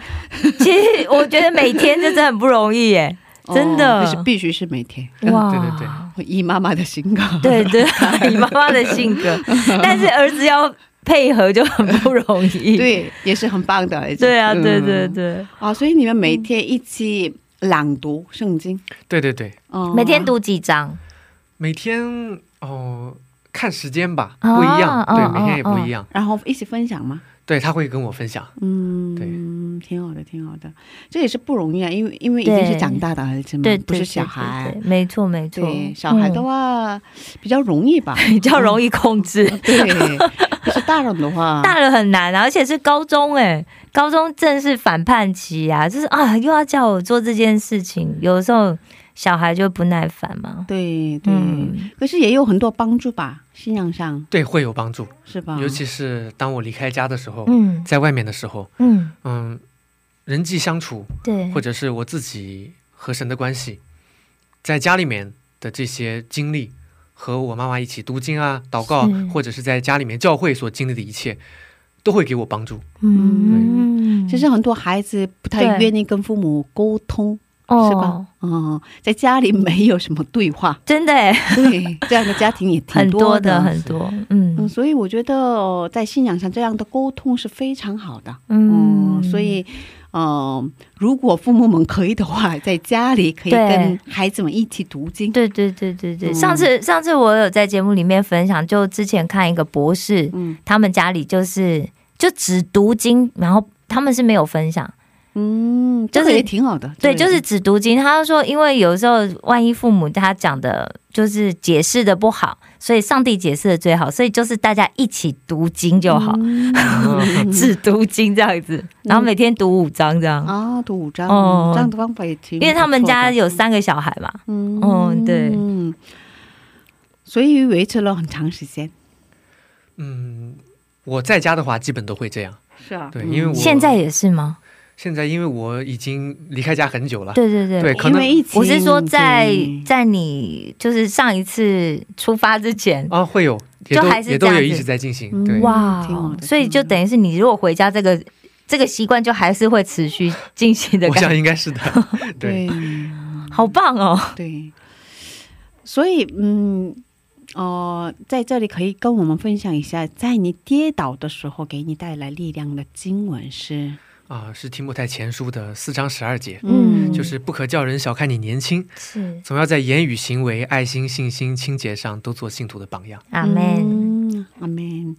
[SPEAKER 2] 其实我觉得每天真的很不容易耶， [LAUGHS] 真的
[SPEAKER 1] 哦那是必须是每天。
[SPEAKER 2] 哇，
[SPEAKER 4] 对对对
[SPEAKER 1] 以妈妈的性格，
[SPEAKER 2] 嗯对对， [LAUGHS] 以妈妈的性格，但是儿子要配合就很不容易。
[SPEAKER 1] [LAUGHS] [LAUGHS] 对，也是很棒的儿子。
[SPEAKER 2] 对啊，
[SPEAKER 1] 嗯
[SPEAKER 2] 对对对，
[SPEAKER 1] 啊，所以你们每天一起朗读圣经，
[SPEAKER 4] 对对对，
[SPEAKER 1] 哦嗯
[SPEAKER 2] 每天读几章？
[SPEAKER 4] 每天哦看时间吧，
[SPEAKER 2] 哦
[SPEAKER 4] 不一样，
[SPEAKER 2] 哦
[SPEAKER 4] 对，
[SPEAKER 2] 哦
[SPEAKER 4] 每天也不一样。
[SPEAKER 1] 然后一起分享吗？
[SPEAKER 4] 对，他会跟我分享，
[SPEAKER 1] 嗯，
[SPEAKER 4] 对
[SPEAKER 1] 挺好的，挺好的，这也是不容易啊，因为因为已经是长大的儿子嘛，
[SPEAKER 2] 对，对
[SPEAKER 1] 不是小孩
[SPEAKER 2] 对对。对没错没错
[SPEAKER 1] 对，小孩的
[SPEAKER 2] 嗯
[SPEAKER 1] 话、比较容易
[SPEAKER 2] [LAUGHS]
[SPEAKER 1] 吧，
[SPEAKER 2] 比较容易控制，
[SPEAKER 1] [LAUGHS] 对。可是大人的话，
[SPEAKER 2] [LAUGHS] 大了很难啊，而且是高中哎，高中正是反叛期啊，就是啊又要叫我做这件事情，有时候小孩就不耐烦嘛。
[SPEAKER 1] 对对、
[SPEAKER 2] 嗯，
[SPEAKER 1] 可是也有很多帮助吧，信仰上
[SPEAKER 4] 对，会有帮助，
[SPEAKER 1] 是吧？
[SPEAKER 4] 尤其是当我离开家的时候，
[SPEAKER 2] 嗯
[SPEAKER 4] 在外面的时候，
[SPEAKER 2] 嗯，
[SPEAKER 4] 嗯，人际相处
[SPEAKER 2] 对，
[SPEAKER 4] 或者是我自己和神的关系，在家里面的这些经历，和我妈妈一起读经啊、祷告
[SPEAKER 2] 是，
[SPEAKER 4] 或者是在家里面教会所经历的一切，都会给我帮助。
[SPEAKER 2] 嗯，
[SPEAKER 1] 其实很多孩子不太
[SPEAKER 2] 对
[SPEAKER 1] 愿意跟父母沟通，
[SPEAKER 2] 哦，
[SPEAKER 1] 是吧？嗯，在家里没有什么对话
[SPEAKER 2] [LAUGHS] 真的哎，
[SPEAKER 1] 对这样的家庭也挺
[SPEAKER 2] 很 [LAUGHS] 多的，
[SPEAKER 1] 的，
[SPEAKER 2] 很多，嗯
[SPEAKER 1] 嗯，所以我觉得呃在信仰上这样的沟通是非常好的。
[SPEAKER 2] 嗯
[SPEAKER 1] 嗯，，所以，嗯、如果父母们可以的话，在家里可以
[SPEAKER 2] 对
[SPEAKER 1] 跟孩子们一起读经。
[SPEAKER 2] 对对对对对，
[SPEAKER 1] 嗯
[SPEAKER 2] 上次上次我有在节目里面分享，就之前看一个博士，
[SPEAKER 1] 嗯，
[SPEAKER 2] 他们家里就是就只读经，然后他们是没有分享。
[SPEAKER 1] 嗯，这
[SPEAKER 2] 就
[SPEAKER 1] 个
[SPEAKER 2] 是
[SPEAKER 1] 也挺好的。
[SPEAKER 2] 对，
[SPEAKER 1] 这
[SPEAKER 2] 就
[SPEAKER 1] 个也
[SPEAKER 2] 是只读经。他就说，因为有时候万一父母他讲的就是解释的不好，所以上帝解释的最好，所以就是大家一起读经就好，
[SPEAKER 1] 嗯
[SPEAKER 2] [LAUGHS] 只读经这样子，然后每天读五章这样。
[SPEAKER 1] 啊，读五章，嗯
[SPEAKER 2] 哦
[SPEAKER 1] 这样的方法也挺不错的，
[SPEAKER 2] 因为他们家有三个小孩嘛，
[SPEAKER 1] 嗯，
[SPEAKER 2] 嗯对
[SPEAKER 1] 嗯，所以维持了很长时间，
[SPEAKER 4] 嗯，我在家的话基本都会这样。
[SPEAKER 1] 是啊
[SPEAKER 4] 对，因为我
[SPEAKER 2] 现在也是吗？
[SPEAKER 4] 现在因为我已经离开家很久了，
[SPEAKER 2] 对对对，
[SPEAKER 4] 对可
[SPEAKER 1] 因
[SPEAKER 4] 能
[SPEAKER 1] 为疫情，
[SPEAKER 2] 我是说在
[SPEAKER 1] 对
[SPEAKER 2] 在你就是上一次出发之前，
[SPEAKER 4] 啊，会有也
[SPEAKER 2] 就
[SPEAKER 4] 都
[SPEAKER 2] 还是
[SPEAKER 4] 也都
[SPEAKER 2] 这
[SPEAKER 4] 有
[SPEAKER 2] 样
[SPEAKER 4] 一
[SPEAKER 2] 子
[SPEAKER 4] 直在进行。
[SPEAKER 1] 哦嗯
[SPEAKER 4] 对，
[SPEAKER 2] 哇
[SPEAKER 1] 挺好的，
[SPEAKER 2] 所以就等于是你如果回家这个这个习惯就还是会持续进行的
[SPEAKER 4] 我
[SPEAKER 2] 感觉
[SPEAKER 4] 想，应
[SPEAKER 2] [LAUGHS]
[SPEAKER 4] 该是的。对，
[SPEAKER 1] 对
[SPEAKER 2] 好棒哦！
[SPEAKER 1] 对，所以嗯。哦、在这里可以跟我们分享一下，在你跌倒的时候给你带来力量的经文是，
[SPEAKER 4] 啊，是提莫太前书的四章十二节，
[SPEAKER 2] 嗯
[SPEAKER 4] 就是不可叫人小看你年轻，
[SPEAKER 2] 是
[SPEAKER 4] 总要在言语、行为、爱心、信心、清洁上都做信徒的榜样。
[SPEAKER 2] 阿门。
[SPEAKER 1] 嗯阿门。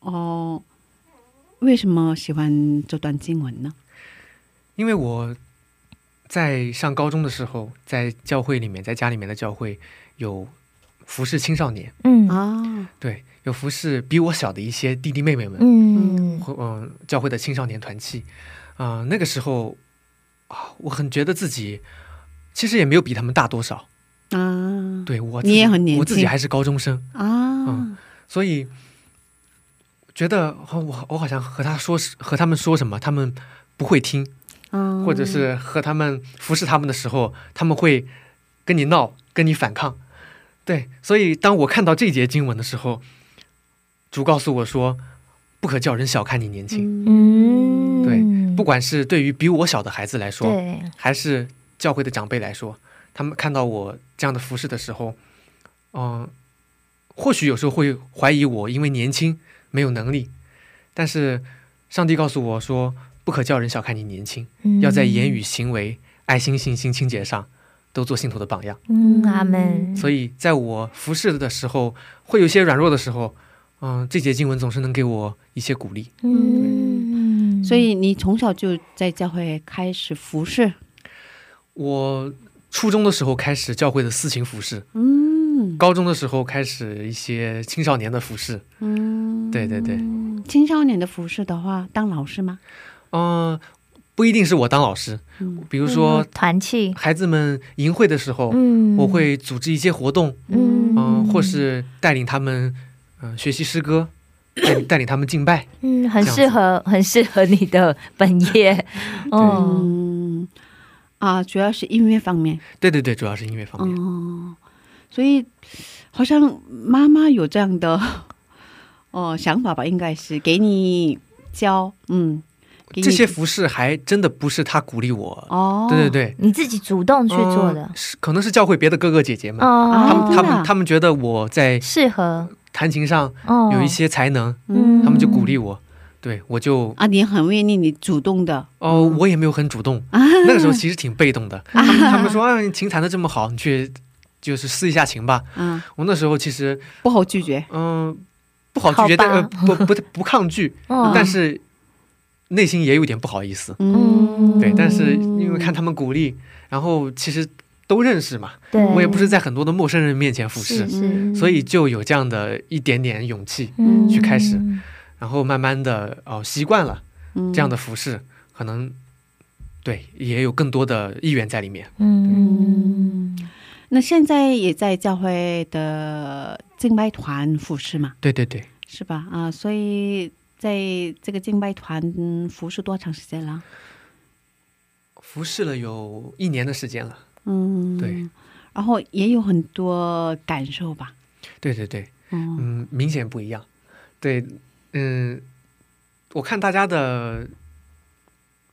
[SPEAKER 1] 哦，为什么喜欢这段经文呢？
[SPEAKER 4] 因为我在上高中的时候，在教会里面，在家里面的教会有服侍青少年，
[SPEAKER 2] 嗯
[SPEAKER 1] 啊，
[SPEAKER 4] 对，有服侍比我小的一些弟弟妹妹们，
[SPEAKER 2] 嗯
[SPEAKER 4] 或嗯，教会的青少年团契，啊、那个时候啊，我很觉得自己其实也没有比他们大多少，
[SPEAKER 1] 啊，
[SPEAKER 4] 对我
[SPEAKER 1] 你
[SPEAKER 4] 自己
[SPEAKER 1] 也很年
[SPEAKER 4] 我自己
[SPEAKER 1] 轻
[SPEAKER 4] 还是高中生，
[SPEAKER 1] 啊
[SPEAKER 4] 嗯，所以觉得哦我我好像和他说和他们说什么，他们不会听，
[SPEAKER 1] 嗯
[SPEAKER 4] 或者是和他们服侍他们的时候，他们会跟你闹，跟你反抗。对，所以当我看到这节经文的时候，主告诉我说，不可叫人小看你年轻。
[SPEAKER 2] 嗯，
[SPEAKER 4] 对不管是对于比我小的孩子来说，
[SPEAKER 2] 对，
[SPEAKER 4] 还是教会的长辈来说，他们看到我这样的服侍的时候，嗯、或许有时候会怀疑我，因为年轻没有能力，但是上帝告诉我说，不可叫人小看你年轻。
[SPEAKER 2] 嗯
[SPEAKER 4] 要在言语、行为、爱心、信心、清洁上都做信徒的榜样。
[SPEAKER 2] 嗯阿门。
[SPEAKER 4] 所以，在我服侍的时候，会有一些软弱的时候，嗯、这节经文总是能给我一些鼓励。
[SPEAKER 2] 嗯，
[SPEAKER 1] 所以你从小就在教会开始服侍，
[SPEAKER 4] 我初中的时候开始教会的私情服侍，
[SPEAKER 1] 嗯
[SPEAKER 4] 高中的时候开始一些青少年的服侍。
[SPEAKER 1] 嗯，
[SPEAKER 4] 对对对，
[SPEAKER 1] 青少年的服侍的话，当老师吗？
[SPEAKER 4] 嗯、不一定是我当老师，
[SPEAKER 1] 嗯
[SPEAKER 4] 比如说
[SPEAKER 2] 团契，
[SPEAKER 4] 孩子们营会的时候，
[SPEAKER 2] 嗯
[SPEAKER 4] 我会组织一些活动，
[SPEAKER 2] 嗯
[SPEAKER 4] 嗯、或是带领他们，嗯、学习诗歌，
[SPEAKER 1] [COUGHS]
[SPEAKER 4] 带领带领他们敬拜。
[SPEAKER 2] 嗯，很
[SPEAKER 4] 这样
[SPEAKER 2] 适
[SPEAKER 4] 子
[SPEAKER 2] 合，很适合你的本
[SPEAKER 4] [LAUGHS]
[SPEAKER 2] 业。哦，
[SPEAKER 1] 嗯啊，主要是音乐方面，
[SPEAKER 4] 对对对，主要是音乐方面。
[SPEAKER 1] 哦，所以好像妈妈有这样的 [LAUGHS] 哦想法吧，应该是给你教，嗯，给你
[SPEAKER 4] 这些服饰还真的不是他鼓励我，
[SPEAKER 1] 哦，
[SPEAKER 4] 对对对，
[SPEAKER 2] 你自己主动去做的
[SPEAKER 4] 嗯是可能是教会别的哥哥姐姐们，呃他
[SPEAKER 2] 哦
[SPEAKER 4] 们
[SPEAKER 1] 真
[SPEAKER 4] 他
[SPEAKER 1] 的啊
[SPEAKER 4] 们他们觉得我在
[SPEAKER 2] 适合
[SPEAKER 4] 弹琴上
[SPEAKER 2] 哦，
[SPEAKER 4] 有一些才能，
[SPEAKER 1] 嗯，
[SPEAKER 4] 他们就鼓励我，对我就
[SPEAKER 1] 啊，你很愿意，你主动的，
[SPEAKER 4] 哦，
[SPEAKER 2] 嗯
[SPEAKER 4] 我也没有很主动，
[SPEAKER 2] 啊
[SPEAKER 4] 那个时候其实挺被
[SPEAKER 2] [LAUGHS]
[SPEAKER 4] 动的，他们他们说啊，你琴弹的这么好，你去就是试一下琴吧。
[SPEAKER 1] 嗯，
[SPEAKER 4] 我那时候其实
[SPEAKER 1] 不好拒绝，
[SPEAKER 4] 嗯、不好
[SPEAKER 2] 好吧
[SPEAKER 4] 拒绝，但呃不不不
[SPEAKER 2] [LAUGHS]
[SPEAKER 4] 抗拒，
[SPEAKER 2] 哦，
[SPEAKER 4] 但是内心也有点不好意思。
[SPEAKER 2] 嗯
[SPEAKER 4] 对，但是因为看他们鼓励，然后其实都认识嘛，
[SPEAKER 2] 对
[SPEAKER 4] 我也不是在很多的陌生人面前服侍，
[SPEAKER 2] 嗯
[SPEAKER 1] 嗯
[SPEAKER 2] 是
[SPEAKER 4] 所以就有这样的一点点勇气，
[SPEAKER 2] 嗯
[SPEAKER 4] 去开始然后慢慢的哦、习惯了
[SPEAKER 1] 嗯
[SPEAKER 4] 这样的服侍，可能对也有更多的意愿在里面。
[SPEAKER 2] 嗯，
[SPEAKER 1] 那现在也在教会的敬拜团服侍嘛，
[SPEAKER 4] 对对对，
[SPEAKER 1] 是吧？啊，所以在这个敬拜团嗯服侍多长时间了？
[SPEAKER 4] 服侍了有一年的时间了。
[SPEAKER 1] 嗯，
[SPEAKER 4] 对。
[SPEAKER 1] 然后也有很多感受吧。
[SPEAKER 4] 对对对，
[SPEAKER 1] 嗯
[SPEAKER 4] 嗯，明显不一样。对，嗯，我看大家的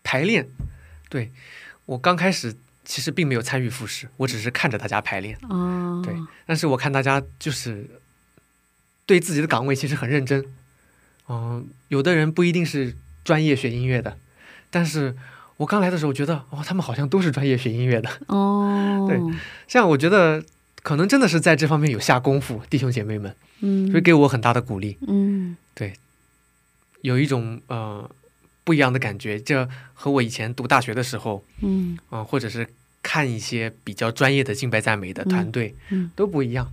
[SPEAKER 4] 排练，对我刚开始其实并没有参与复试，我只是看着大家排练。
[SPEAKER 1] 啊，
[SPEAKER 4] 嗯对，但是我看大家就是对自己的岗位其实很认真。嗯、有的人不一定是专业学音乐的，但是我刚来的时候觉得，哦，他们好像都是专业学音乐的。
[SPEAKER 1] 哦，
[SPEAKER 4] 对，这样我觉得可能真的是在这方面有下功夫，弟兄姐妹们，
[SPEAKER 1] 嗯，
[SPEAKER 4] 所以给我很大的鼓励。
[SPEAKER 1] 嗯
[SPEAKER 4] 对，有一种呃不一样的感觉，这和我以前读大学的时候，
[SPEAKER 1] 嗯
[SPEAKER 4] 嗯、或者是看一些比较专业的敬拜赞美的团队、
[SPEAKER 1] 嗯
[SPEAKER 4] 都不一样，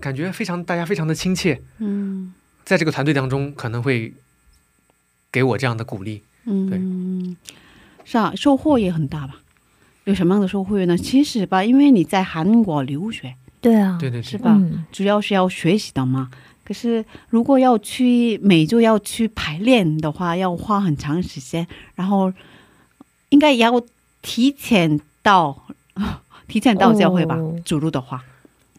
[SPEAKER 4] 感觉非常大家非常的亲切，
[SPEAKER 1] 嗯
[SPEAKER 4] 在这个团队当中可能会给我这样的鼓励。
[SPEAKER 1] 嗯，是啊，收获也很大吧？有什么样的收获呢？其实吧，因为你在韩国留学，
[SPEAKER 2] 对啊，
[SPEAKER 4] 对对对
[SPEAKER 1] 是，吧？
[SPEAKER 2] 嗯，
[SPEAKER 1] 主要是要学习的嘛。可是如果要去每周要去排练的话，要花很长时间，然后应该也要提前到， [LAUGHS] 提前到教会吧
[SPEAKER 2] 哦？
[SPEAKER 1] 主路的话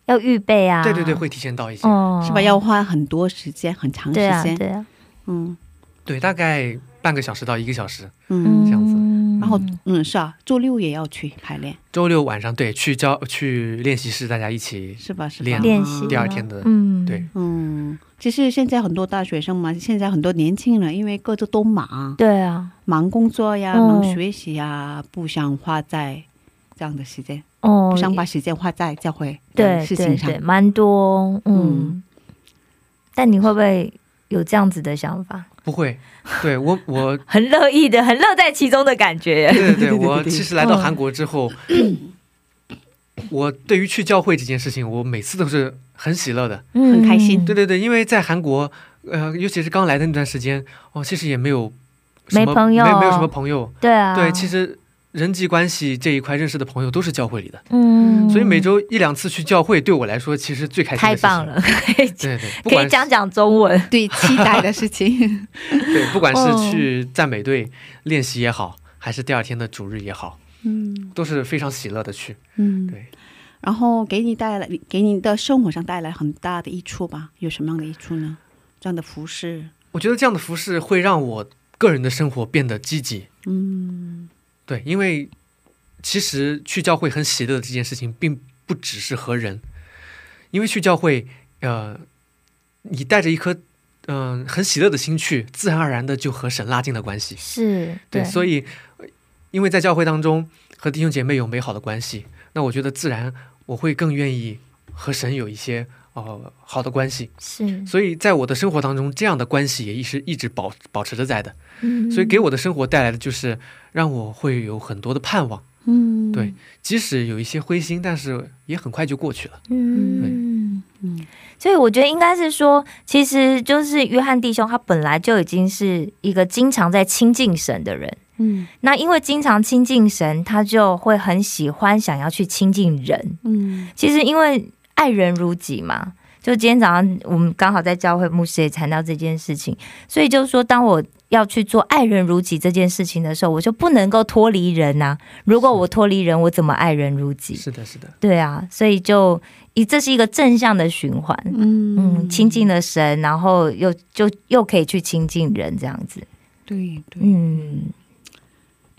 [SPEAKER 2] 要预备啊，
[SPEAKER 4] 对对对，会提前到一些。
[SPEAKER 2] 哦，
[SPEAKER 1] 是吧？要花很多时间，很长时
[SPEAKER 2] 对啊
[SPEAKER 1] 间。
[SPEAKER 2] 对啊，
[SPEAKER 1] 嗯
[SPEAKER 4] 对，大概半个小时到一个小时。
[SPEAKER 1] 嗯，
[SPEAKER 4] 这样子
[SPEAKER 2] 子
[SPEAKER 1] 然后嗯是啊，周六也要去排练，
[SPEAKER 4] 周六晚上对，去教去练习室，大家一起。
[SPEAKER 1] 是吧？是吧？
[SPEAKER 4] 练
[SPEAKER 2] 练习啊
[SPEAKER 4] 第二天的
[SPEAKER 2] 嗯，
[SPEAKER 4] 对
[SPEAKER 1] 嗯，其实现在很多大学生嘛，现在很多年轻人因为各自都忙，
[SPEAKER 2] 对啊，
[SPEAKER 1] 忙工作呀，
[SPEAKER 2] 嗯
[SPEAKER 1] 忙学习呀，不想花在这样的时间，
[SPEAKER 2] 哦，
[SPEAKER 1] 不想把时间花在教会的
[SPEAKER 2] 对
[SPEAKER 1] 事情
[SPEAKER 2] 对
[SPEAKER 1] 上
[SPEAKER 2] 对，。蛮多，嗯
[SPEAKER 1] 嗯。
[SPEAKER 2] 但你会不会有这样子的想法？
[SPEAKER 4] 不会，对我
[SPEAKER 2] [LAUGHS]
[SPEAKER 4] 我
[SPEAKER 2] 很乐意的，很乐在其中的感觉。
[SPEAKER 4] 对对对，我其实来到
[SPEAKER 2] 嗯
[SPEAKER 4] 韩国之后，我对于去教会这件事情，我每次都是很喜乐的。
[SPEAKER 2] 嗯
[SPEAKER 1] 很开心
[SPEAKER 4] 对对对，因为在韩国，呃，尤其是刚来的那段时间，哦，其实也没有什
[SPEAKER 2] 没
[SPEAKER 4] 么
[SPEAKER 2] 朋友
[SPEAKER 4] 没没有什么朋友。
[SPEAKER 2] 对啊，
[SPEAKER 4] 对，其实人际关系这一块认识的朋友都是教会里的，
[SPEAKER 2] 嗯，
[SPEAKER 4] 所以每周一两次去教会，对我来说其实最开心
[SPEAKER 2] 太
[SPEAKER 4] 的事情。
[SPEAKER 2] 棒了，可以
[SPEAKER 4] 对对，不
[SPEAKER 2] 可
[SPEAKER 4] 管
[SPEAKER 2] 以讲讲中文，
[SPEAKER 1] 对，期待的事
[SPEAKER 2] [LAUGHS]
[SPEAKER 1] 情。
[SPEAKER 4] 对，不管
[SPEAKER 2] 哦
[SPEAKER 4] 是去赞美队练习也好，还是第二天的主日也好，
[SPEAKER 1] 嗯
[SPEAKER 4] 都是非常喜乐的去。
[SPEAKER 1] 嗯，
[SPEAKER 4] 对。
[SPEAKER 1] 然后给你带来，给你的生活上带来很大的益处吧？有什么样的益处呢？这样的服饰，
[SPEAKER 4] 我觉得这样的服饰会让我个人的生活变得积极。
[SPEAKER 1] 嗯
[SPEAKER 4] 对，因为其实去教会很喜乐的这件事情，并不只是和人，因为去教会，呃，你带着一颗嗯、呃很喜乐的心去，自然而然的就和神拉近了关系。
[SPEAKER 2] 是
[SPEAKER 4] 对，所以呃因为在教会当中和弟兄姐妹有美好的关系，那我觉得自然我会更愿意和神有一些呃好的关系。
[SPEAKER 2] 是，
[SPEAKER 4] 所以在我的生活当中，这样的关系也一直一直保保持着在的。
[SPEAKER 2] 嗯
[SPEAKER 4] 所以给我的生活带来的就是让我会有很多的盼望，
[SPEAKER 1] 嗯，
[SPEAKER 4] 对，即使有一些灰心，但是也很快就过去了。
[SPEAKER 2] 嗯。
[SPEAKER 1] 嗯
[SPEAKER 2] 所以我觉得应该是说，其实就是约翰弟兄他本来就已经是一个经常在亲近神的人。
[SPEAKER 1] 嗯
[SPEAKER 2] 那因为经常亲近神，他就会很喜欢想要去亲近人。
[SPEAKER 1] 嗯
[SPEAKER 2] 其实因为爱人如己嘛，就今天早上我们刚好在教会牧师也谈到这件事情，所以就是说，当我要去做爱人如己这件事情的时候，我就不能够脱离人呐、如果我脱离人，我怎么爱人如己？
[SPEAKER 4] 是的，是的，
[SPEAKER 2] 对啊，所以就一这是一个正向的循环。嗯，
[SPEAKER 1] 嗯
[SPEAKER 2] 亲近了神，然后又就又可以去亲近人，这样子，
[SPEAKER 1] 对对，
[SPEAKER 2] 嗯，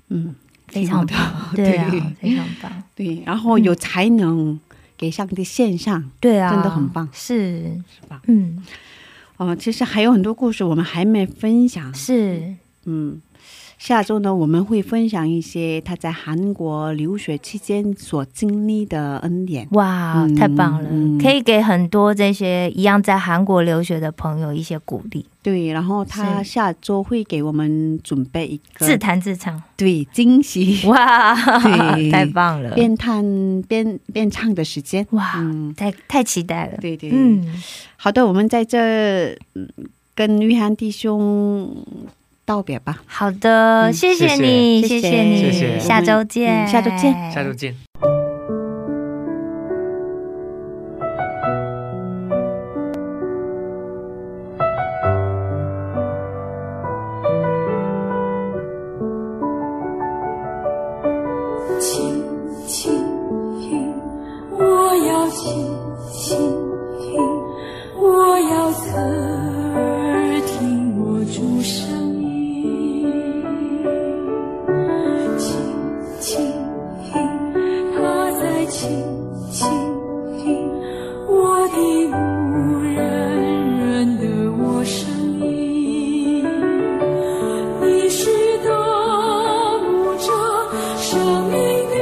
[SPEAKER 1] 嗯，
[SPEAKER 2] 非常
[SPEAKER 1] 挺
[SPEAKER 2] 棒
[SPEAKER 1] 好，的
[SPEAKER 2] 对
[SPEAKER 1] [LAUGHS]
[SPEAKER 2] 啊
[SPEAKER 1] 对，
[SPEAKER 2] 非常棒，
[SPEAKER 1] 对，然后有才能给上帝献上，
[SPEAKER 2] 对
[SPEAKER 1] [LAUGHS]
[SPEAKER 2] 啊，
[SPEAKER 1] 真的很棒
[SPEAKER 2] 是
[SPEAKER 1] 是吧？
[SPEAKER 2] 嗯，
[SPEAKER 1] 哦、其实还有很多故事我们还没分享，
[SPEAKER 2] 是，
[SPEAKER 1] 嗯，下周呢我们会分享一些他在韩国留学期间所经历的恩典。
[SPEAKER 2] 哇，
[SPEAKER 1] 嗯
[SPEAKER 2] 太棒了、
[SPEAKER 1] 嗯
[SPEAKER 2] 可以给很多这些一样在韩国留学的朋友一些鼓励，
[SPEAKER 1] 对，然后他
[SPEAKER 2] 是
[SPEAKER 1] 下周会给我们准备一个
[SPEAKER 2] 自弹自唱，
[SPEAKER 1] 对惊喜
[SPEAKER 2] 哇，
[SPEAKER 1] 对
[SPEAKER 2] [LAUGHS] 太棒了，
[SPEAKER 1] 边看边边唱的时间。
[SPEAKER 2] 哇，
[SPEAKER 1] 嗯，
[SPEAKER 2] 太太期待了，
[SPEAKER 1] 对对，
[SPEAKER 2] 啊嗯，
[SPEAKER 1] 好的，我们在这嗯跟约翰弟兄道别吧。
[SPEAKER 2] 好的，
[SPEAKER 1] 嗯
[SPEAKER 2] 谢谢你，
[SPEAKER 1] 谢谢
[SPEAKER 2] 谢你，
[SPEAKER 4] 谢谢
[SPEAKER 2] 下周见，
[SPEAKER 1] 嗯下周见
[SPEAKER 4] 下周见。
[SPEAKER 7] 轻轻听，我要轻轻听，我要侧耳听我主声音。轻轻听，他在轻轻听我的无人认得我声音。你是大牧者，生命的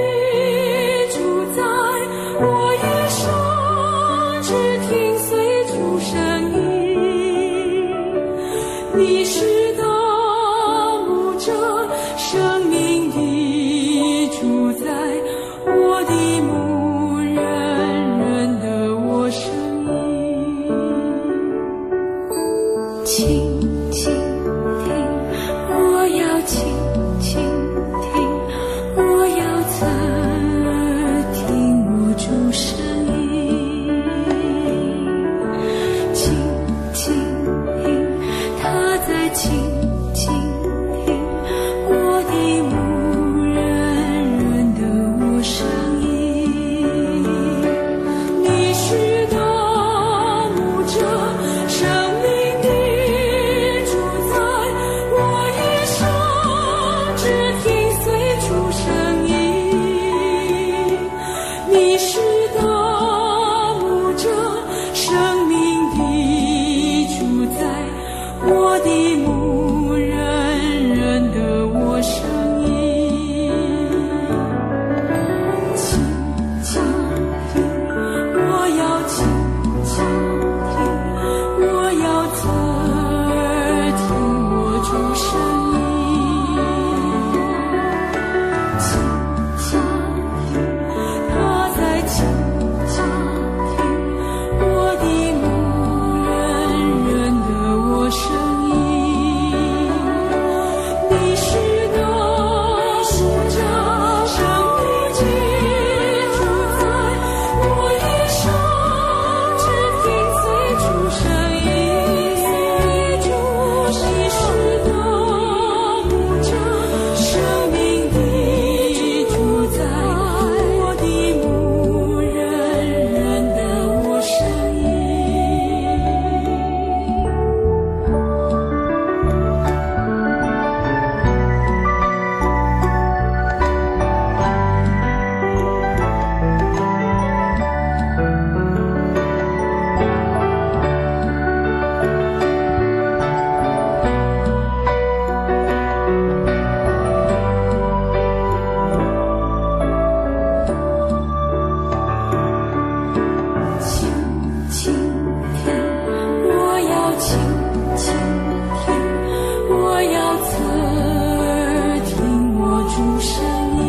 [SPEAKER 7] 主宰，我一生只听随主声音。你是大我的牧人，人的我声音。轻轻听，我要轻轻听，我要侧耳听我主声音。轻轻听，他在轻轻听，我的牧人，人的我声音。你是大牧者，生命的主宰。我一生只听随主声音。你是大牧者，生命的主宰。我的牧人，人的我声音。轻轻听，我要轻轻听，我要侧耳听我主声音。轻轻听，他在轻轻听，我的牧人，人的我声音。你是那树家生命的主宰，我一生只听随主声音。你是那牧者，生命的主宰，我的牧人，人的我声音。轻轻听，我要轻轻听，我要侧耳听我主声音。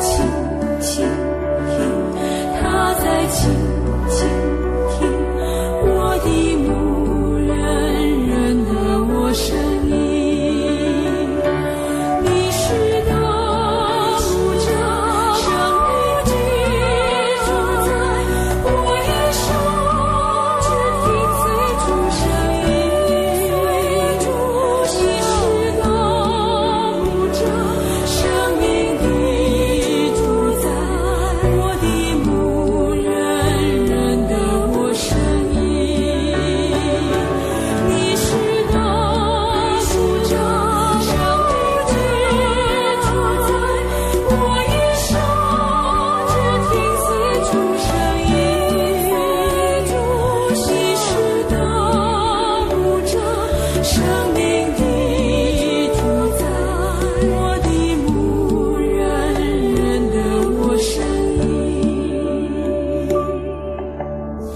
[SPEAKER 7] 轻轻听，他在轻轻听，我的牧人，人的我声音。你是那牧者，生命的主宰，我一生只听随主声音。你是那牧者，生命的主宰，我的牧人，人的我声音。你是那主者，生命的主宰，我一生只听随主声音。你是那牧者，生命的主宰，我的牧人，人的我声音。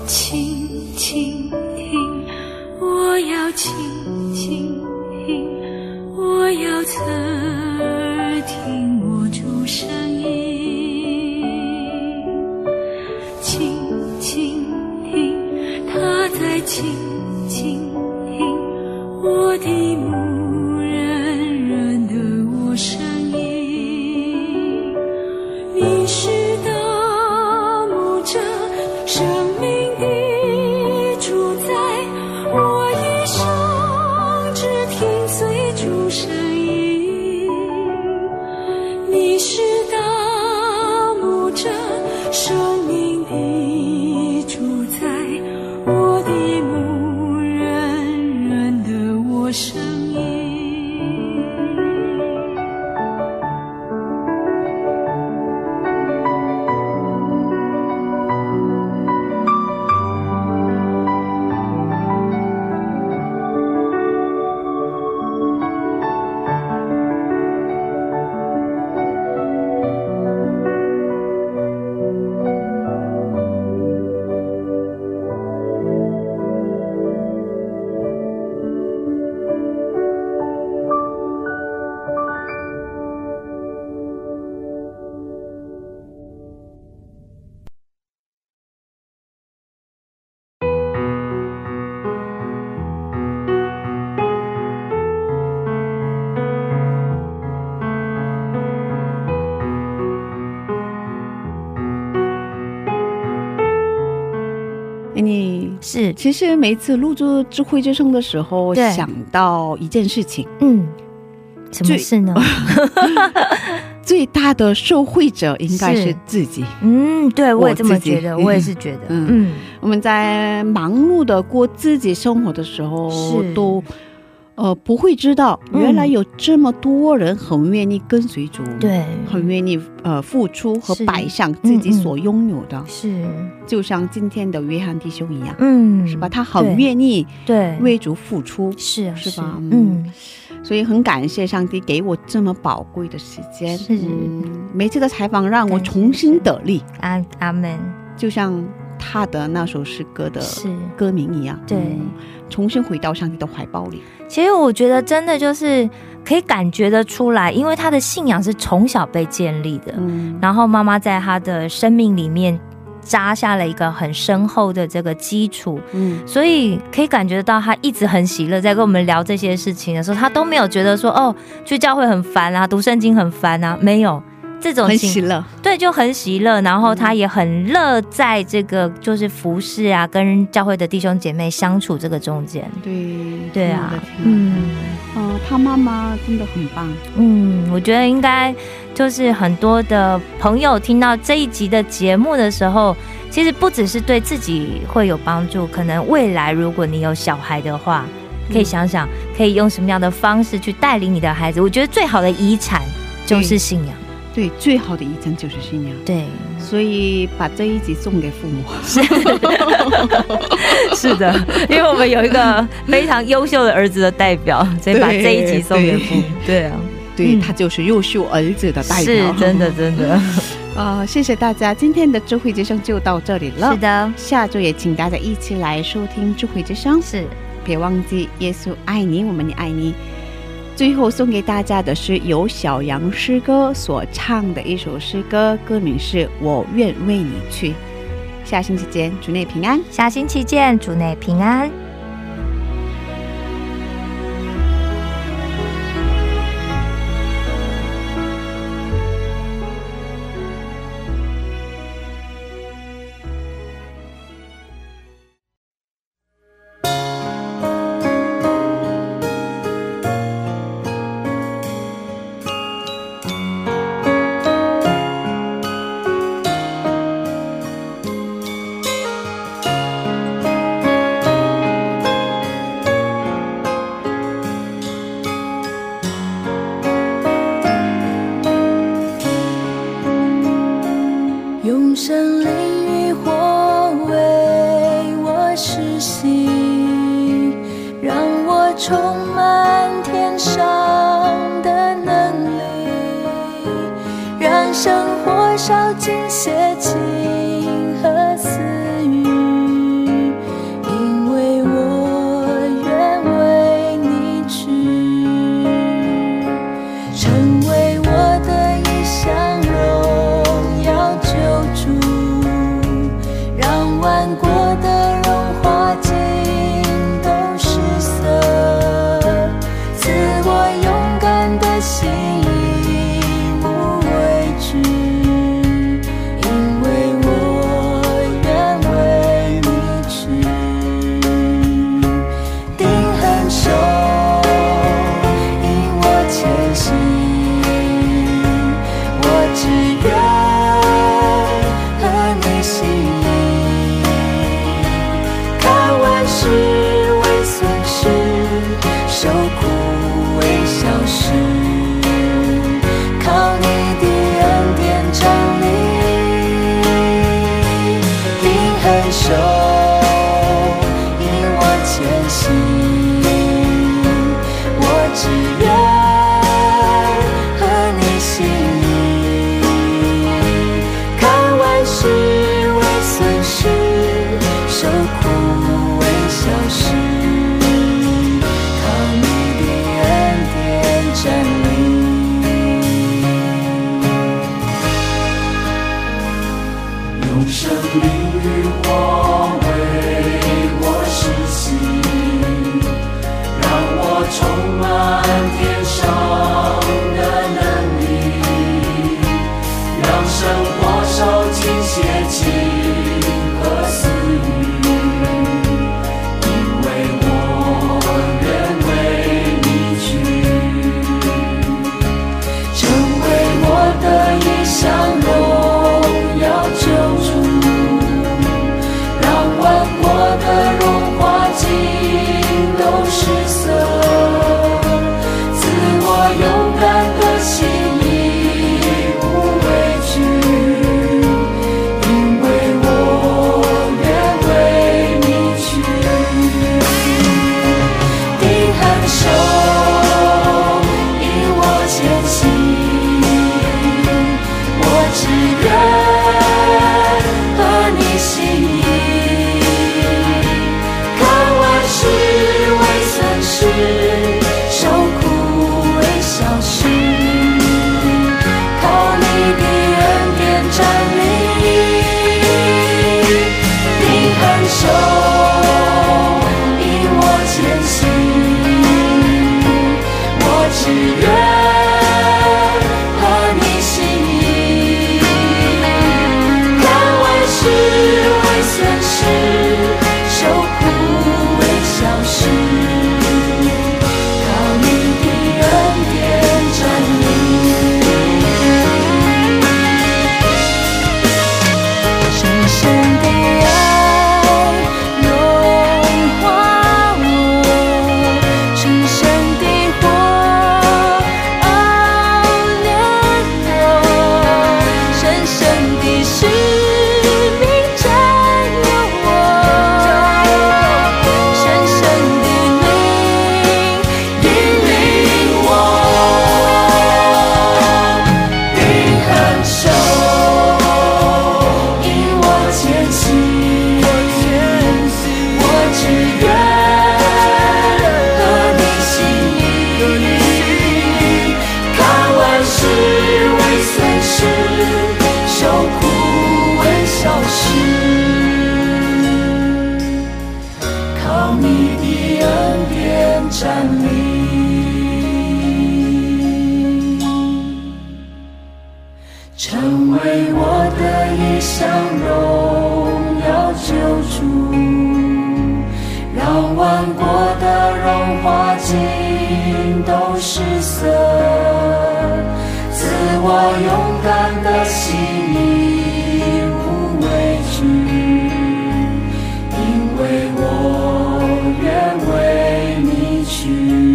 [SPEAKER 7] 轻轻听，我要轻轻听，我要侧耳听我主声音。轻轻听，他在轻轻听，我的牧人，人的我声音。你是大牧者，生命的主宰，我一生只听随主声音。你是大牧者，生命的主宰，我的牧人，人的我声音。
[SPEAKER 2] 是，
[SPEAKER 1] 其实每一次录制《智慧之声》的时候，
[SPEAKER 2] 对
[SPEAKER 1] 想到一件事情，
[SPEAKER 2] 嗯，什么
[SPEAKER 1] 最
[SPEAKER 2] 事 [LAUGHS] 呢？
[SPEAKER 1] 最大的受惠者应该
[SPEAKER 2] 是
[SPEAKER 1] 是自己。
[SPEAKER 2] 嗯，对我也
[SPEAKER 1] 我
[SPEAKER 2] 这么
[SPEAKER 1] 自己
[SPEAKER 2] 觉得，我也是觉得，嗯
[SPEAKER 1] 嗯我们在忙碌的过自己生活的时候
[SPEAKER 2] 是，
[SPEAKER 1] 都呃不会知道，
[SPEAKER 2] 嗯
[SPEAKER 1] 原来有这么多人很愿意跟随主，，
[SPEAKER 2] 对，嗯
[SPEAKER 1] 很愿意呃付出和
[SPEAKER 2] 是
[SPEAKER 1] 摆上自己
[SPEAKER 2] 嗯嗯
[SPEAKER 1] 所拥有的，
[SPEAKER 2] 是，
[SPEAKER 1] 就像今天的约翰弟兄一样，
[SPEAKER 2] 嗯，
[SPEAKER 1] 是吧？他很
[SPEAKER 2] 对
[SPEAKER 1] 愿意
[SPEAKER 2] 对，
[SPEAKER 1] 为主付出，
[SPEAKER 2] 是啊，
[SPEAKER 1] 是吧
[SPEAKER 2] 啊
[SPEAKER 1] 嗯
[SPEAKER 2] 嗯，
[SPEAKER 1] 所以很感谢上帝给我这么宝贵的时间。
[SPEAKER 2] 是
[SPEAKER 1] 嗯，每次的采访让我
[SPEAKER 2] 感谢
[SPEAKER 1] 重新得力，
[SPEAKER 2] 阿阿门，
[SPEAKER 1] 就像他的那首诗歌的
[SPEAKER 2] 是。
[SPEAKER 1] 歌名一样，
[SPEAKER 2] 对
[SPEAKER 1] 嗯重新回到上帝的怀抱里。
[SPEAKER 2] 其实我觉得真的就是可以感觉得出来，因为他的信仰是从小被建立的，
[SPEAKER 1] 嗯，
[SPEAKER 2] 然后妈妈在他的生命里面扎下了一个很深厚的这个基础，
[SPEAKER 1] 嗯，
[SPEAKER 2] 所以可以感觉到他一直很喜乐，在跟我们聊这些事情的时候，他都没有觉得说哦，去教会很烦啊，读圣经很烦啊，没有这种
[SPEAKER 1] 很
[SPEAKER 2] 情
[SPEAKER 1] 喜乐。
[SPEAKER 2] 对，就很喜乐，然后他也很乐在这个就是服侍啊，跟教会的弟兄姐妹相处这个中间。
[SPEAKER 1] 对，
[SPEAKER 2] 对啊
[SPEAKER 1] 我的天，
[SPEAKER 2] 嗯
[SPEAKER 1] 哦，他妈妈真的很棒。
[SPEAKER 2] 嗯，我觉得应该就是很多的朋友听到这一集的节目的时候，其实不只是对自己会有帮助，可能未来如果你有小孩的话，可以想想可以用什么样的方式去带领你的孩子。我觉得最好的遗产就是信仰。
[SPEAKER 1] 对，最好的遗赠就是信仰。
[SPEAKER 2] 对，
[SPEAKER 1] 所以把这一集送给父
[SPEAKER 2] [LAUGHS]
[SPEAKER 1] 母。
[SPEAKER 2] 是 [LAUGHS] 的，因为我们有一个非常优秀的儿子的代表，所以把这一集送给父母。对啊，
[SPEAKER 1] 对、
[SPEAKER 2] 嗯
[SPEAKER 1] 他就是优秀儿子的代
[SPEAKER 2] 是
[SPEAKER 1] 表。 [LAUGHS]
[SPEAKER 2] 真的，真的，
[SPEAKER 1] 啊、谢谢大家，今天的智慧之声就到这里了。
[SPEAKER 2] [LAUGHS] 是的，
[SPEAKER 1] 下周也请大家一起来收听智慧之声，
[SPEAKER 2] 是
[SPEAKER 1] 别忘记耶稣爱你，我们也爱你。最后送给大家的是由小杨诗歌所唱的一首诗歌，歌名是《我愿为你去》。下星期见，主内平安。
[SPEAKER 2] 下星期见，主内平安。
[SPEAKER 8] 用神灵与火为我施行，让我充满天上的能力，让生活烧尽邪情和私欲，因为我愿为你去。成为我的一项荣耀救主，让万国的荣华尽都失色，赐我勇敢的心，以不畏惧，因为我愿为你去。定很手，引我前行。我只愿和你心意，看万事为损失，受苦为小事，靠你的恩典站立。定很手，引我前行。我只愿和你心意，看万事为损失，受苦为小事，靠你的恩典站立。用生命与我为我施行，让我充满天上的能力，让生活受尽邪情和私欲，
[SPEAKER 7] 你，成为我的一项荣耀救主，让万国的荣华尽都失色，自我勇敢的心已无畏惧。因为我愿为你去。